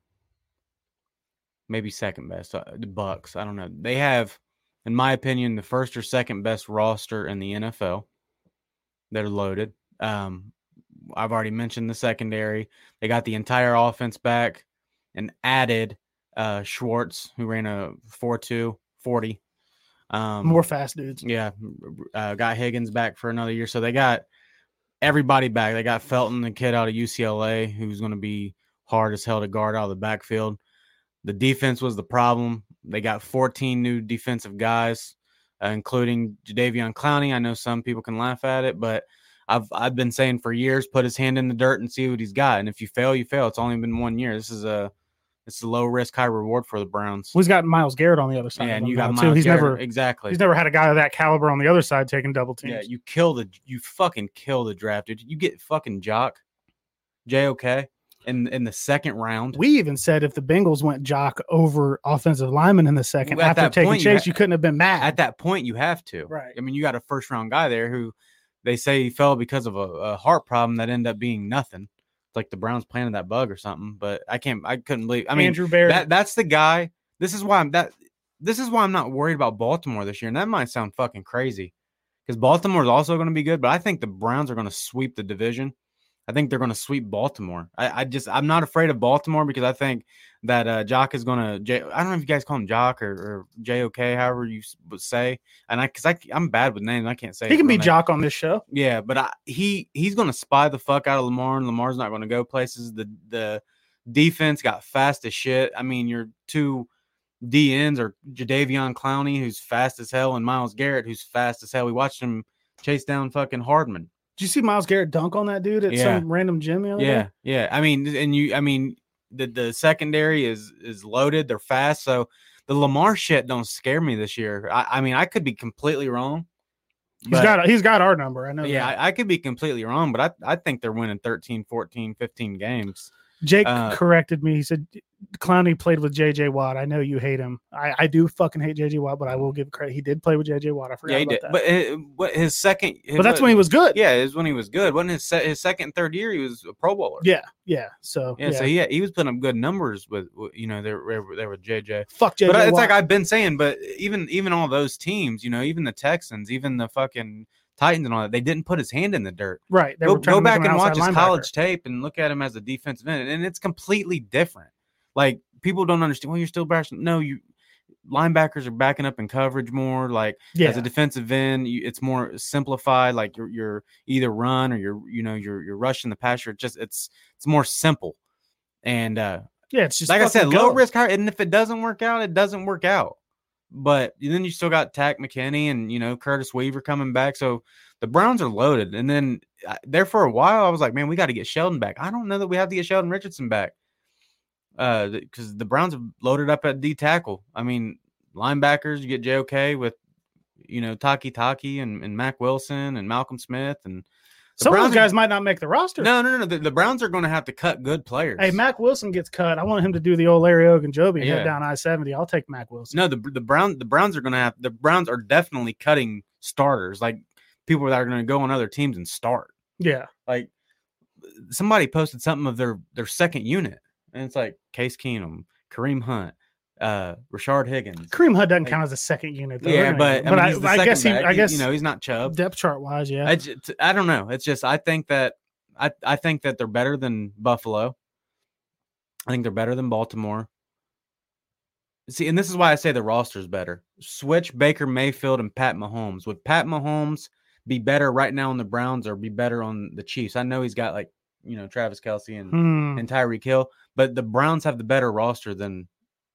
[SPEAKER 3] maybe second best, uh, the Bucks. I don't know. They have, in my opinion, the first or second best roster in the NFL. They're loaded. Um, I've already mentioned the secondary. They got the entire offense back and added uh, Schwartz, who ran a 4 2 40. Um,
[SPEAKER 2] more fast dudes.
[SPEAKER 3] yeah, uh, got Higgins back for another year. So they got everybody back. They got Felton, the kid out of UCLA, who's going to be hard as hell to guard out of the backfield. The defense was the problem. They got 14 new defensive guys, uh, including Jadavion Clowney. I know some people can laugh at it, but I've I've been saying for years, put his hand in the dirt and see what he's got. And if you fail, you fail. It's only been one year. This is a it's a low risk, high reward for the Browns.
[SPEAKER 2] We've got Miles Garrett on the other side.
[SPEAKER 3] Yeah,
[SPEAKER 2] of
[SPEAKER 3] and
[SPEAKER 2] them
[SPEAKER 3] you
[SPEAKER 2] now,
[SPEAKER 3] got
[SPEAKER 2] too.
[SPEAKER 3] Miles
[SPEAKER 2] He's
[SPEAKER 3] Garrett.
[SPEAKER 2] never
[SPEAKER 3] exactly.
[SPEAKER 2] he's never had a guy of that caliber on the other side taking double teams.
[SPEAKER 3] Yeah, you kill the you fucking kill the draft, dude. You get fucking jock, JOK, in in the second round.
[SPEAKER 2] we even said if the Bengals went jock over offensive lineman in the second
[SPEAKER 3] Well, at
[SPEAKER 2] after
[SPEAKER 3] that
[SPEAKER 2] taking
[SPEAKER 3] point, you
[SPEAKER 2] Chase,
[SPEAKER 3] ha-
[SPEAKER 2] you couldn't have been mad.
[SPEAKER 3] At that point, you have to.
[SPEAKER 2] Right.
[SPEAKER 3] I mean, you got a first round guy there who they say he fell because of a, a heart problem that ended up being nothing. It's like the Browns planted that bug or something. But I can't. I couldn't believe. I mean,
[SPEAKER 2] Andrew Barry.
[SPEAKER 3] that that's the guy. This is why I'm that. This is why I'm not worried about Baltimore this year. And that might sound fucking crazy because Baltimore's also going to be good, but I think the Browns are going to sweep the division. I think they're going to sweep Baltimore. I, I just I'm not afraid of Baltimore because I think that uh, Jock is going to. J I don't know if you guys call him Jock or, or JOK, however you s- would say. And I because I I'm bad with names, I can't say.
[SPEAKER 2] he
[SPEAKER 3] his
[SPEAKER 2] can
[SPEAKER 3] real
[SPEAKER 2] be
[SPEAKER 3] name.
[SPEAKER 2] jock on this show.
[SPEAKER 3] Yeah, but I, he he's going to spy the fuck out of Lamar, and Lamar's not going to go places. The the defense got fast as shit. I mean, your two DNs are Jadavion Clowney, who's fast as hell, and Miles Garrett, who's fast as hell. We watched him chase down fucking Hardman.
[SPEAKER 2] Did you see Miles Garrett dunk on that dude at
[SPEAKER 3] Yeah.
[SPEAKER 2] some random gym the other
[SPEAKER 3] Yeah,
[SPEAKER 2] day?
[SPEAKER 3] yeah. I mean, and you, I mean, the the secondary is is loaded. They're fast, so the Lamar shit don't scare me this year. I, I mean, I could be completely wrong.
[SPEAKER 2] He's
[SPEAKER 3] but-
[SPEAKER 2] got he's got our number. I know.
[SPEAKER 3] yeah,
[SPEAKER 2] that.
[SPEAKER 3] I, I could be completely wrong, but I, I think they're winning 13, 14, 15 games.
[SPEAKER 2] Jake
[SPEAKER 3] uh,
[SPEAKER 2] corrected me. He said Clowney played with JJ Watt. I know you hate him. I, I do fucking hate JJ Watt, but I will give credit. He did play with JJ Watt. I forgot
[SPEAKER 3] Yeah, he
[SPEAKER 2] about
[SPEAKER 3] did.
[SPEAKER 2] that. But,
[SPEAKER 3] But uh, what his second,
[SPEAKER 2] that's when he was good.
[SPEAKER 3] Yeah, it was when he was good. Wasn't his se- his second, and third year he was a Pro Bowler.
[SPEAKER 2] Yeah. Yeah. So
[SPEAKER 3] yeah. So he had- he was putting up good numbers with with, you know there there- there with JJ.
[SPEAKER 2] fuck JJ
[SPEAKER 3] But I- it's
[SPEAKER 2] Watt.
[SPEAKER 3] like I've been saying, but even even all those teams, you know, even the Texans, even the fucking Titans and all that, they didn't put his hand in the dirt.
[SPEAKER 2] right. They
[SPEAKER 3] go,
[SPEAKER 2] were trying
[SPEAKER 3] go
[SPEAKER 2] to make
[SPEAKER 3] back
[SPEAKER 2] him an
[SPEAKER 3] and watch his
[SPEAKER 2] outside linebacker.
[SPEAKER 3] college tape and look at him as a defensive end, and it's completely different. Like people don't understand. Well, you're still bashing. No, you linebackers are backing up in coverage more. Like
[SPEAKER 2] Yeah.
[SPEAKER 3] as a defensive end, you, it's more simplified. Like you're you're either run or you're you know you're you're rushing the passer. It just it's it's more simple. And uh
[SPEAKER 2] yeah. It's just
[SPEAKER 3] like I
[SPEAKER 2] fucking
[SPEAKER 3] said, low
[SPEAKER 2] go.
[SPEAKER 3] risk high. And if it doesn't work out, it doesn't work out. But then you still got Tack McKinney and you know Curtis Weaver coming back, so the Browns are loaded. And uh, then I, there for a while, I was like, man, we got to get Sheldon back. I don't know that we have to get Sheldon Richardson back. because uh, th- the Browns have loaded up at D tackle. I mean, linebackers, you get JOK with, you know, Taki Taki and, and Mac Wilson and Malcolm Smith. And the
[SPEAKER 2] Some of those
[SPEAKER 3] are-
[SPEAKER 2] guys might not make the roster.
[SPEAKER 3] no, no, no, no. The, the Browns are going to have to cut good players.
[SPEAKER 2] Hey, Mac Wilson gets cut. I want him to do the old Larry Ogunjobi and
[SPEAKER 3] Yeah.
[SPEAKER 2] head down I seventy. I'll take Mac Wilson.
[SPEAKER 3] No, the the Brown the Browns are going to have the Browns are definitely cutting starters, like people that are going to go on other teams and start.
[SPEAKER 2] Yeah,
[SPEAKER 3] like somebody posted something of their their second unit, and it's like Case Keenum, Kareem Hunt, uh, Rashard Higgins.
[SPEAKER 2] Kareem Hunt doesn't
[SPEAKER 3] Like-
[SPEAKER 2] count as a second unit. Though,
[SPEAKER 3] yeah,
[SPEAKER 2] doesn't he?
[SPEAKER 3] but, I, mean, he's the
[SPEAKER 2] I, I
[SPEAKER 3] second
[SPEAKER 2] guess he.
[SPEAKER 3] back.
[SPEAKER 2] I guess
[SPEAKER 3] you know he's not Chubb.
[SPEAKER 2] depth chart wise, yeah.
[SPEAKER 3] I, just, I don't know. It's just I think that I I think that they're better than Buffalo. I think they're better than Baltimore. See, and this is why I say the roster's better. Switch Baker Mayfield and Pat Mahomes. Would Pat Mahomes be better right now on the Browns or be better on the Chiefs? I know he's got like you know Travis Kelsey and
[SPEAKER 2] Hmm.
[SPEAKER 3] and Tyreek Hill, but the Browns have the better roster than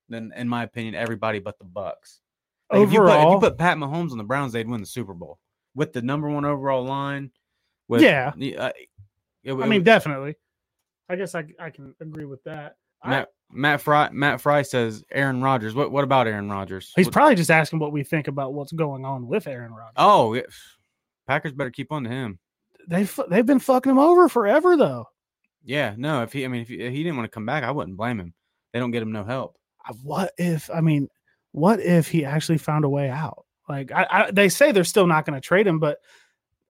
[SPEAKER 3] than in my opinion everybody but the Bucks. Like, if you put- if, you
[SPEAKER 2] Overall,
[SPEAKER 3] put, Pat Mahomes on the Browns, they'd win the Super Bowl with the number one overall line. With,
[SPEAKER 2] Yeah.
[SPEAKER 3] the- uh, it-
[SPEAKER 2] I
[SPEAKER 3] it-
[SPEAKER 2] mean, definitely. I guess I, I can agree with that. I-
[SPEAKER 3] Matt Matt Fry Matt Fry says Aaron Rodgers. What what about Aaron Rodgers?
[SPEAKER 2] He's
[SPEAKER 3] What-
[SPEAKER 2] probably just asking what we think about what's going on with Aaron Rodgers.
[SPEAKER 3] oh, yeah. Packers better keep on to him.
[SPEAKER 2] They've fu- they've been fucking him over forever though.
[SPEAKER 3] Yeah, no. If he, I mean, if he, if he didn't want to come back, I wouldn't blame him. They don't get him no help.
[SPEAKER 2] I- What if I mean, what if he actually found a way out? Like I, I they say they're still not going to trade him, but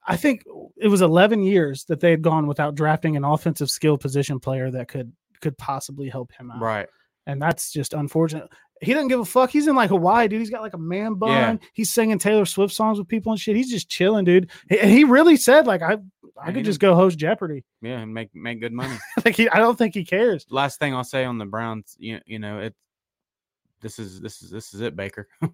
[SPEAKER 2] I think it was 11 years that they had gone without drafting an offensive skill position player that could could possibly help him out.
[SPEAKER 3] Right.
[SPEAKER 2] and that's just unfortunate. He doesn't give a fuck. He's in like Hawaii, dude. He's got like a man bun.
[SPEAKER 3] Yeah.
[SPEAKER 2] He's singing Taylor Swift songs with people and shit. He's just chilling, dude. He- And he really said, like, I, I
[SPEAKER 3] he
[SPEAKER 2] could
[SPEAKER 3] did.
[SPEAKER 2] just go host Jeopardy. (laughs)
[SPEAKER 3] Yeah, and make make good money.
[SPEAKER 2] like, he, I don't think he cares.
[SPEAKER 3] last thing I'll say on the Browns, you you know it. This is this is this is it, Baker. (laughs)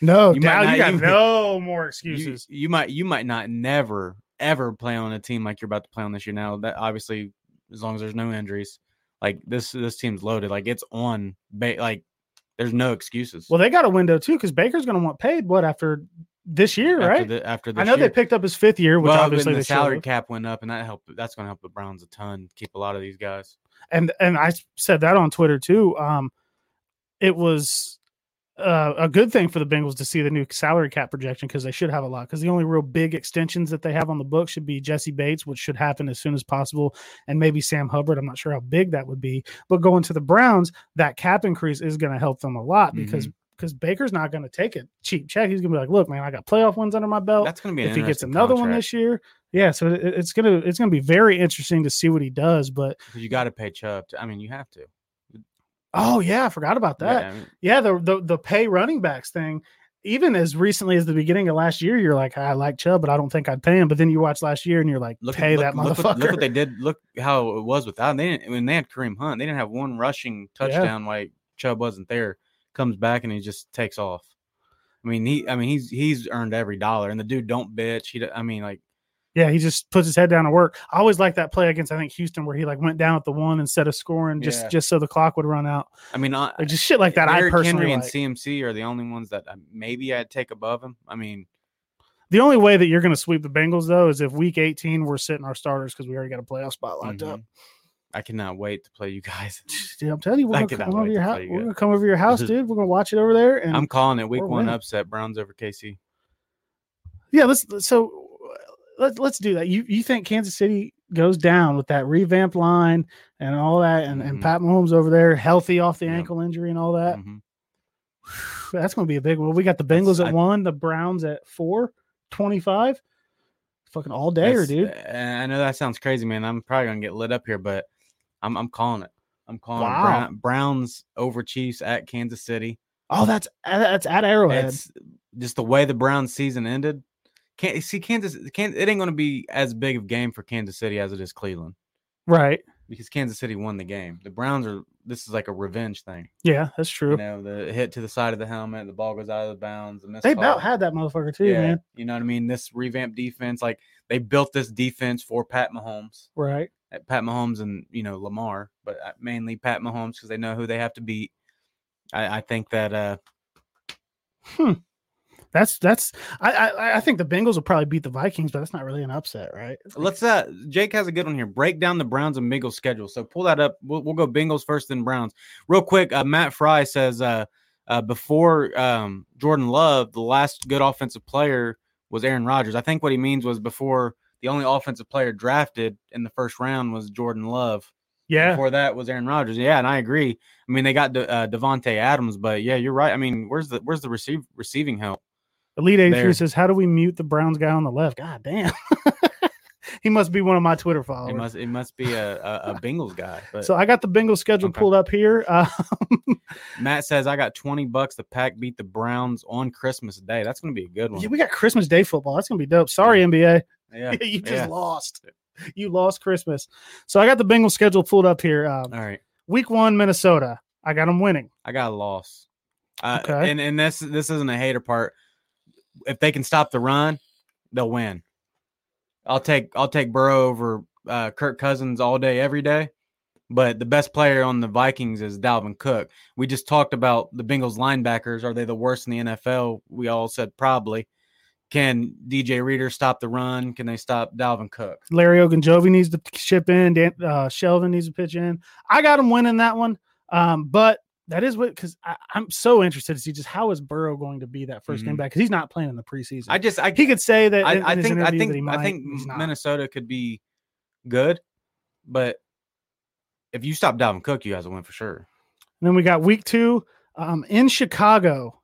[SPEAKER 2] No,
[SPEAKER 3] You might
[SPEAKER 2] now
[SPEAKER 3] not
[SPEAKER 2] you got
[SPEAKER 3] even- (laughs)
[SPEAKER 2] no more
[SPEAKER 3] you,
[SPEAKER 2] excuses.
[SPEAKER 3] you might you might not never ever play on a team like you're about to play on this year. Now that obviously, as long as there's no injuries, like this this team's loaded. Like it's on. Ba- like there's no excuses.
[SPEAKER 2] well, they got a window too because Baker's going to want paid. What after this year,
[SPEAKER 3] after
[SPEAKER 2] right?
[SPEAKER 3] The, after this
[SPEAKER 2] I know
[SPEAKER 3] year.
[SPEAKER 2] they picked up his fifth year, which
[SPEAKER 3] well,
[SPEAKER 2] obviously
[SPEAKER 3] and
[SPEAKER 2] they
[SPEAKER 3] the
[SPEAKER 2] should
[SPEAKER 3] salary
[SPEAKER 2] have.
[SPEAKER 3] cap went up, and that helped. That's going to help the Browns a ton. Keep a lot of these guys.
[SPEAKER 2] and and I said that on Twitter too. Um, it was uh, a good thing for the Bengals to see the new salary cap projection because they should have a lot. Because the only real big extensions that they have on the book should be Jesse Bates, which should happen as soon as possible, and maybe Sam Hubbard. I'm not sure how big that would be, but going to the Browns, that cap increase is going to help them a lot because
[SPEAKER 3] Mm-hmm.
[SPEAKER 2] because Baker's not going to take a cheap check. He's going to be like, look, man, I got playoff wins under my belt
[SPEAKER 3] That's going to be an
[SPEAKER 2] if he gets
[SPEAKER 3] interesting
[SPEAKER 2] another one
[SPEAKER 3] contract,
[SPEAKER 2] this year. Yeah, so it, it's gonna it's gonna be very interesting to see what he does, but
[SPEAKER 3] 'cause you got to pay Chubb. To, I mean, you have to.
[SPEAKER 2] Oh yeah, I forgot about that.
[SPEAKER 3] I mean,
[SPEAKER 2] Yeah, the, the the pay running backs thing. Even as recently as the beginning of last year, you're like, I like Chubb, but I don't think I'd pay him. But then you watch last year, and you're like,
[SPEAKER 3] Look, at-
[SPEAKER 2] pay
[SPEAKER 3] look,
[SPEAKER 2] that
[SPEAKER 3] look
[SPEAKER 2] motherfucker.
[SPEAKER 3] What, look what they did. Look how it was without. They didn't when they had Kareem Hunt. They didn't have one rushing
[SPEAKER 2] Yeah.
[SPEAKER 3] touchdown. Like Chubb wasn't there. Comes back and he just takes off. I mean, he. I mean, he's he's earned every dollar. And the dude don't bitch. He. d- I mean, like
[SPEAKER 2] yeah, he just puts his head down to work. I always like that play against I think Houston where he like went down at the one instead of scoring just
[SPEAKER 3] Yeah.
[SPEAKER 2] just so the clock would run out.
[SPEAKER 3] I mean, I,
[SPEAKER 2] Like just shit like that. I
[SPEAKER 3] Derrick
[SPEAKER 2] personally
[SPEAKER 3] Henry and
[SPEAKER 2] like.
[SPEAKER 3] CMC are the only ones that I, maybe I'd take above him. I mean,
[SPEAKER 2] the only way that you're going to sweep the Bengals though is if Week 18 we're sitting our starters because we already got a playoff spot locked up.
[SPEAKER 3] mhm. I cannot wait to play you guys.
[SPEAKER 2] Dude, I'm telling you,
[SPEAKER 3] I
[SPEAKER 2] we're gonna
[SPEAKER 3] cannot
[SPEAKER 2] come over
[SPEAKER 3] wait
[SPEAKER 2] your
[SPEAKER 3] to
[SPEAKER 2] house.
[SPEAKER 3] play you
[SPEAKER 2] We're
[SPEAKER 3] guys.
[SPEAKER 2] gonna come over your
[SPEAKER 3] (laughs)
[SPEAKER 2] house, dude. We're gonna watch it over there. And
[SPEAKER 3] I'm calling it week
[SPEAKER 2] we're
[SPEAKER 3] one
[SPEAKER 2] winning.
[SPEAKER 3] upset. Browns over KC.
[SPEAKER 2] Yeah, let's so let's let's do that. You you think Kansas City goes down with that revamped line and all that, and, and
[SPEAKER 3] Mhm.
[SPEAKER 2] Pat Mahomes over there healthy off the
[SPEAKER 3] Yep.
[SPEAKER 2] ankle injury and all that.
[SPEAKER 3] Mhm.
[SPEAKER 2] That's going to be a big one. We got the Bengals at
[SPEAKER 3] I-
[SPEAKER 2] one, the Browns at four, 25. Fucking all day, or
[SPEAKER 3] That's-
[SPEAKER 2] dude.
[SPEAKER 3] and I know that sounds crazy, man. I'm probably gonna get lit up here, but I'm I'm calling it. I'm calling it
[SPEAKER 2] Wow.
[SPEAKER 3] Brown, Browns over Chiefs at Kansas City.
[SPEAKER 2] Oh, that's that's at Arrowhead.
[SPEAKER 3] It's just the way the Browns season ended. Can't see Kansas. Can it ain't gonna be as big of game for Kansas City as it is Cleveland
[SPEAKER 2] right.
[SPEAKER 3] because Kansas City won the game. The Browns are. This is like a revenge thing.
[SPEAKER 2] Yeah, that's true.
[SPEAKER 3] You know, the hit to the side of the helmet, the ball goes out of the bounds. The missed
[SPEAKER 2] they
[SPEAKER 3] call.
[SPEAKER 2] about had that motherfucker too, man.
[SPEAKER 3] You know what I mean? This revamped defense, like they built this defense for Pat Mahomes.
[SPEAKER 2] Right.
[SPEAKER 3] at Pat Mahomes and you know Lamar, but uh, mainly Pat Mahomes because they know who they have to beat. I, I think that uh,
[SPEAKER 2] That's that's I, I I think the Bengals will probably beat the Vikings, but that's not really an upset, right?
[SPEAKER 3] Let's uh Jake has a good one here. Break down the Browns and Bengals schedule. So pull that up. We'll, we'll go Bengals first, then Browns. Real quick, uh, Matt Fry says uh, uh before um Jordan Love, the last good offensive player was Aaron Rodgers. I think what he means was before the only offensive player drafted in the first round was Jordan Love.
[SPEAKER 2] Yeah,
[SPEAKER 3] Before that was Aaron Rodgers. Yeah, and I agree. I mean, they got De- uh, Devonte Adams, but yeah, you're right. I mean, where's the where's the receive receiving help?
[SPEAKER 2] Elite
[SPEAKER 3] There.
[SPEAKER 2] A3 says, How do we mute the Browns guy on the left? God damn. (laughs) he must be one of my Twitter
[SPEAKER 3] It
[SPEAKER 2] followers.
[SPEAKER 3] must it must be a a, a Bengals guy. But
[SPEAKER 2] So I got the Bengals schedule
[SPEAKER 3] Okay.
[SPEAKER 2] pulled up here. Um,
[SPEAKER 3] Matt says I got twenty bucks. The pack beat the Browns on Christmas Day. That's gonna be
[SPEAKER 2] (laughs)
[SPEAKER 3] a good one.
[SPEAKER 2] we got Christmas Day football. That's gonna be dope. Sorry, (laughs) NBA.
[SPEAKER 3] Yeah.
[SPEAKER 2] you just
[SPEAKER 3] yeah.
[SPEAKER 2] lost. You lost Christmas. So I got the Bengals schedule pulled up here. Um,
[SPEAKER 3] All right.
[SPEAKER 2] week one, Minnesota. I got them winning.
[SPEAKER 3] I got a loss. Uh,
[SPEAKER 2] Okay.
[SPEAKER 3] And and this this isn't a hater part. If they can stop the run, they'll win. I'll take I'll take Burrow over uh, Kirk Cousins all day every day. But the best player on the Vikings is Dalvin Cook. We just talked about the Bengals linebackers. Are they the worst in the NFL? We all said probably. Can DJ Reader stop the run? Can they stop Dalvin Cook?
[SPEAKER 2] Larry Ogunjovi needs to chip in. Dan, uh, Shelvin needs to pitch in. I got him winning that one. Um, but that is what because I'm so interested to see just how is Burrow going to be that 1st game
[SPEAKER 3] Mhm.
[SPEAKER 2] back because he's not playing in the preseason.
[SPEAKER 3] I just I
[SPEAKER 2] he could say that. in-
[SPEAKER 3] I, I
[SPEAKER 2] in his
[SPEAKER 3] think I
[SPEAKER 2] interview that
[SPEAKER 3] think
[SPEAKER 2] he
[SPEAKER 3] I
[SPEAKER 2] might,
[SPEAKER 3] think
[SPEAKER 2] he's not.
[SPEAKER 3] Minnesota could be good, but if you stop Dalvin Cook, you guys will win for sure.
[SPEAKER 2] And then we got week two um, in Chicago.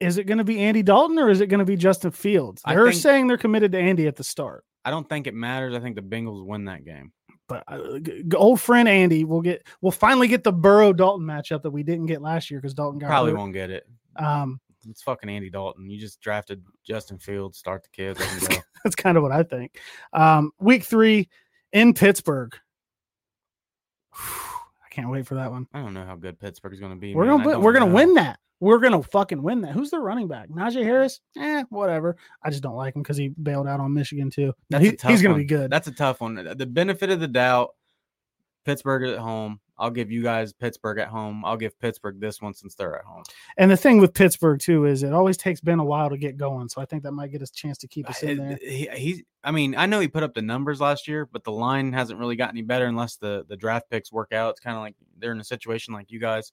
[SPEAKER 2] Is it going to be Andy Dalton or is it going to be Justin Fields?
[SPEAKER 3] I
[SPEAKER 2] They're
[SPEAKER 3] think-
[SPEAKER 2] saying they're committed to Andy at the start,
[SPEAKER 3] I don't think it matters. I think the Bengals win that game.
[SPEAKER 2] but uh, g- g- old friend Andy will get. We'll finally get the Burrow Dalton matchup that we didn't get last year because Dalton got
[SPEAKER 3] Probably
[SPEAKER 2] hurt.
[SPEAKER 3] won't get it.
[SPEAKER 2] Um, (laughs)
[SPEAKER 3] It's fucking Andy Dalton. You just drafted Justin Fields. Start the kids. Let
[SPEAKER 2] (laughs)
[SPEAKER 3] 'em go.
[SPEAKER 2] That's kind of what I think. Um, week three in Pittsburgh. I can't wait for that one.
[SPEAKER 3] I don't know how good Pittsburgh is going to be.
[SPEAKER 2] We're
[SPEAKER 3] man.
[SPEAKER 2] gonna
[SPEAKER 3] I
[SPEAKER 2] win-
[SPEAKER 3] don't
[SPEAKER 2] we're gonna
[SPEAKER 3] know.
[SPEAKER 2] win that. We're gonna fucking win that. Who's their running back? Najee Harris? Eh, whatever. I just don't like him because he bailed out on Michigan too. No,
[SPEAKER 3] That's a
[SPEAKER 2] he-
[SPEAKER 3] tough
[SPEAKER 2] he's gonna
[SPEAKER 3] one.
[SPEAKER 2] be good.
[SPEAKER 3] That's a tough one. The benefit of the doubt. Pittsburgh at home. I'll give you guys Pittsburgh at home. I'll give Pittsburgh this one since they're at home.
[SPEAKER 2] and the thing with Pittsburgh too is it always takes Ben a while to get going. So I think that might get us a chance to keep us in
[SPEAKER 3] I- uh,
[SPEAKER 2] there.
[SPEAKER 3] He, he's, I mean, I know he put up the numbers last year, but the line hasn't really got any better unless the, the draft picks work out. It's kind of like they're in a situation like you guys.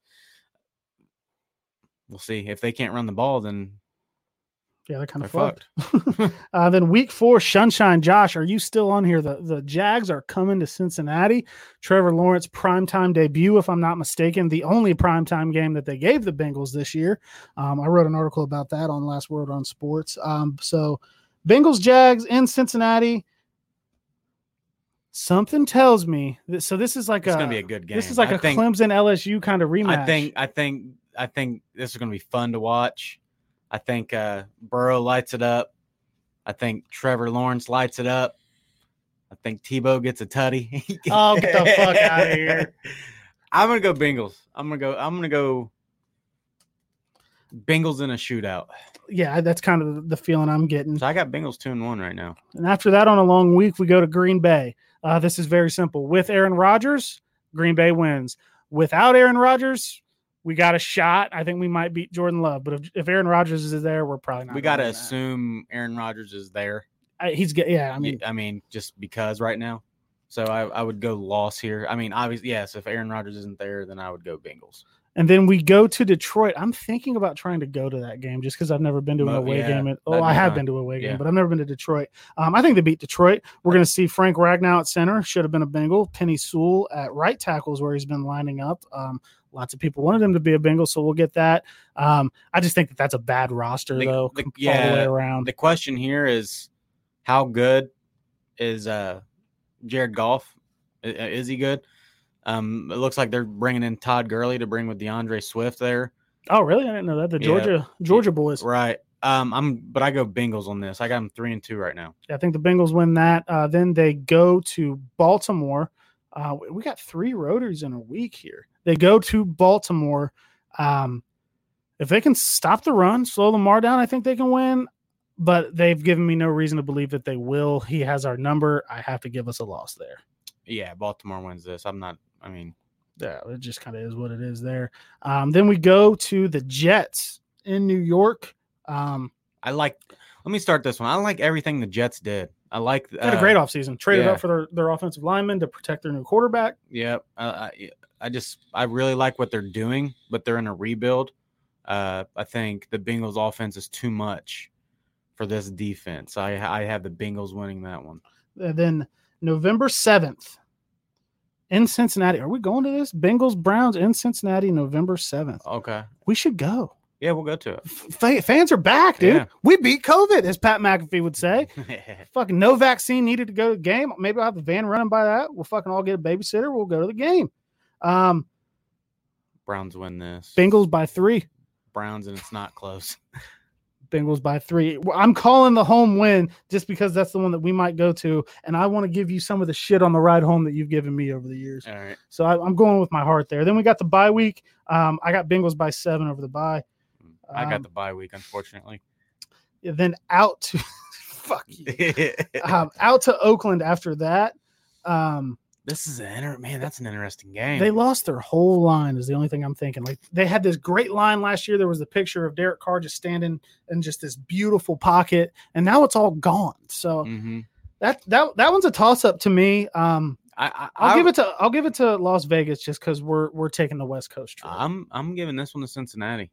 [SPEAKER 3] We'll see. If they can't run the ball, then
[SPEAKER 2] Yeah, they're kind
[SPEAKER 3] they're
[SPEAKER 2] of fucked.
[SPEAKER 3] fucked.
[SPEAKER 2] (laughs)
[SPEAKER 3] (laughs)
[SPEAKER 2] Uh, then week four, Sunshine Josh, are you still on here? The the Jags are coming to Cincinnati. Trevor Lawrence primetime debut, if I'm not mistaken, the only primetime game that they gave the Bengals this year. Um, I wrote an article about that on Last Word on Sports. Um, so Bengals Jags in Cincinnati. Something tells me that so this is like
[SPEAKER 3] It's
[SPEAKER 2] a,
[SPEAKER 3] gonna be a good game.
[SPEAKER 2] this is like
[SPEAKER 3] I
[SPEAKER 2] a
[SPEAKER 3] think,
[SPEAKER 2] Clemson LSU kind of rematch.
[SPEAKER 3] I think. I think. I think this is gonna be fun to watch. I think uh, Burrow lights it up. I think Trevor Lawrence lights it up. I think Tebow gets a tutty. (laughs)
[SPEAKER 2] Oh, get the fuck outta here.
[SPEAKER 3] I'm gonna go Bengals. I'm gonna go. I'm gonna go Bengals in a shootout.
[SPEAKER 2] yeah, that's kind of the feeling I'm getting.
[SPEAKER 3] So I got Bengals two and one right now.
[SPEAKER 2] And after that, on a long week, we go to Green Bay. Uh, this is very simple. With Aaron Rodgers, Green Bay wins. Without Aaron Rodgers, we got a shot. I think we might beat Jordan Love. But if, if Aaron Rodgers is there, we're probably not.
[SPEAKER 3] we gotta
[SPEAKER 2] gonna win that.
[SPEAKER 3] assume Aaron Rodgers is there.
[SPEAKER 2] I, he's get- yeah. I
[SPEAKER 3] I
[SPEAKER 2] mean,
[SPEAKER 3] mean, I mean, just because right now. So I, I would go loss here. I mean, obviously, yes. If Aaron Rodgers isn't there, then I would go Bengals.
[SPEAKER 2] and then we go to Detroit. I'm thinking about trying to go to that game just because I've never been to an
[SPEAKER 3] Mo-
[SPEAKER 2] away
[SPEAKER 3] yeah,
[SPEAKER 2] game. At, oh,
[SPEAKER 3] that'd
[SPEAKER 2] I
[SPEAKER 3] be
[SPEAKER 2] have
[SPEAKER 3] fun.
[SPEAKER 2] been to an away game,
[SPEAKER 3] Yeah.
[SPEAKER 2] but I've never been to Detroit. Um, I think they beat Detroit. We're going to see Frank Ragnow at center. Should have been a Bengal. Penny Sewell at right tackles where he's been lining up. Um, lots of people wanted him to be a Bengal, so we'll get that. Um, I just think that that's a bad roster
[SPEAKER 3] The-
[SPEAKER 2] though,
[SPEAKER 3] the-
[SPEAKER 2] com- all the way
[SPEAKER 3] yeah,
[SPEAKER 2] around.
[SPEAKER 3] The question here is, how good is uh, Jared Goff? I- I- Is he good? Um, it looks like they're bringing in Todd Gurley to bring with DeAndre Swift there.
[SPEAKER 2] oh, really? I didn't know that. The
[SPEAKER 3] Yeah.
[SPEAKER 2] Georgia Georgia boys.
[SPEAKER 3] Right. Um, I'm, but I go Bengals on this. I got them three and two right now.
[SPEAKER 2] I think the Bengals win that. Uh, then they go to Baltimore. Uh, we- we got three rotaries in a week here. They go to Baltimore. Um, if they can stop the run, slow Lamar down, I think they can win. But they've given me no reason to believe that they will. He has our number. I have to give us a loss there.
[SPEAKER 3] Yeah, Baltimore wins this. I'm not. I mean,
[SPEAKER 2] Yeah, it just kind of is what it is there. Um, then we go to the Jets in New York. Um,
[SPEAKER 3] I like. Let me start this one. I like everything the Jets did. I like.
[SPEAKER 2] They had
[SPEAKER 3] uh,
[SPEAKER 2] a great offseason. Traded
[SPEAKER 3] yeah.
[SPEAKER 2] up for their, their offensive lineman to protect their new quarterback.
[SPEAKER 3] Yep. Uh, I, I just I really like what they're doing, but they're in a rebuild. Uh, I think the Bengals offense is too much for this defense. I I have the Bengals winning that one.
[SPEAKER 2] And Uh, then November 7th in Cincinnati. Are we going to this? Bengals Browns in Cincinnati, November 7th.
[SPEAKER 3] Okay.
[SPEAKER 2] We should go.
[SPEAKER 3] Yeah, we'll go to it.
[SPEAKER 2] F- fa- fans are back, dude.
[SPEAKER 3] Yeah.
[SPEAKER 2] We beat COVID, as Pat McAfee would say. Fucking no vaccine needed to go to the game. Maybe I'll have the van running by that. We'll fucking all get a babysitter. We'll go to the game. Um,
[SPEAKER 3] (laughs) Browns win this.
[SPEAKER 2] Bengals by three.
[SPEAKER 3] Browns and it's not close.
[SPEAKER 2] Bengals by three. Well, I'm calling the home win just because that's the one that we might go to, and I want to give you some of the shit on the ride home that you've given me over the years.
[SPEAKER 3] (laughs) All right.
[SPEAKER 2] So I, I'm going with my heart there. Then we got the bye week. Um, I got Bengals by seven over the bye.
[SPEAKER 3] I
[SPEAKER 2] Um,
[SPEAKER 3] got the bye week, unfortunately.
[SPEAKER 2] Then out to (laughs) fuck you. Um, out to Oakland after that. Um,
[SPEAKER 3] (laughs) this is an inter- man. That's an interesting game.
[SPEAKER 2] they lost their whole line. Is the only thing I'm thinking. Like they had this great line last year. There was the picture of Derek Carr just standing in just this beautiful pocket, and now it's all gone. So
[SPEAKER 3] Mhm.
[SPEAKER 2] that that that one's a toss up to me. Um,
[SPEAKER 3] I, I,
[SPEAKER 2] I'll
[SPEAKER 3] I-
[SPEAKER 2] give it to I'll give it to Las Vegas just because we're we're taking the West Coast trip.
[SPEAKER 3] I'm I'm giving this one to Cincinnati.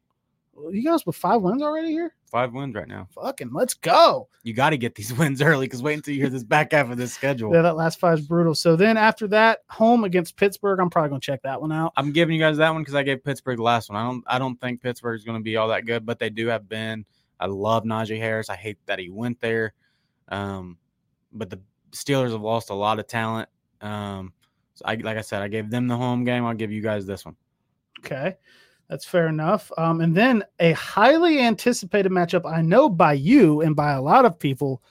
[SPEAKER 2] you guys with five wins already here?
[SPEAKER 3] Five wins right now.
[SPEAKER 2] Fucking let's go!
[SPEAKER 3] You got to get these (laughs) wins early because wait until you hear this back half of this schedule.
[SPEAKER 2] Yeah, that last five's brutal. So then after that, home against Pittsburgh, I'm probably gonna check that one out.
[SPEAKER 3] I'm giving you guys that one because I gave Pittsburgh the last one. I don't I don't think Pittsburgh is going to be all that good, but they do have Ben. I love Najee Harris. I hate that he went there, um, but the Steelers have lost a lot of talent. Um, so I like I said, I gave them the home game. I'll give you guys this one.
[SPEAKER 2] Okay, that's fair enough. Um, and then a highly anticipated matchup, I know by you and by a lot of people.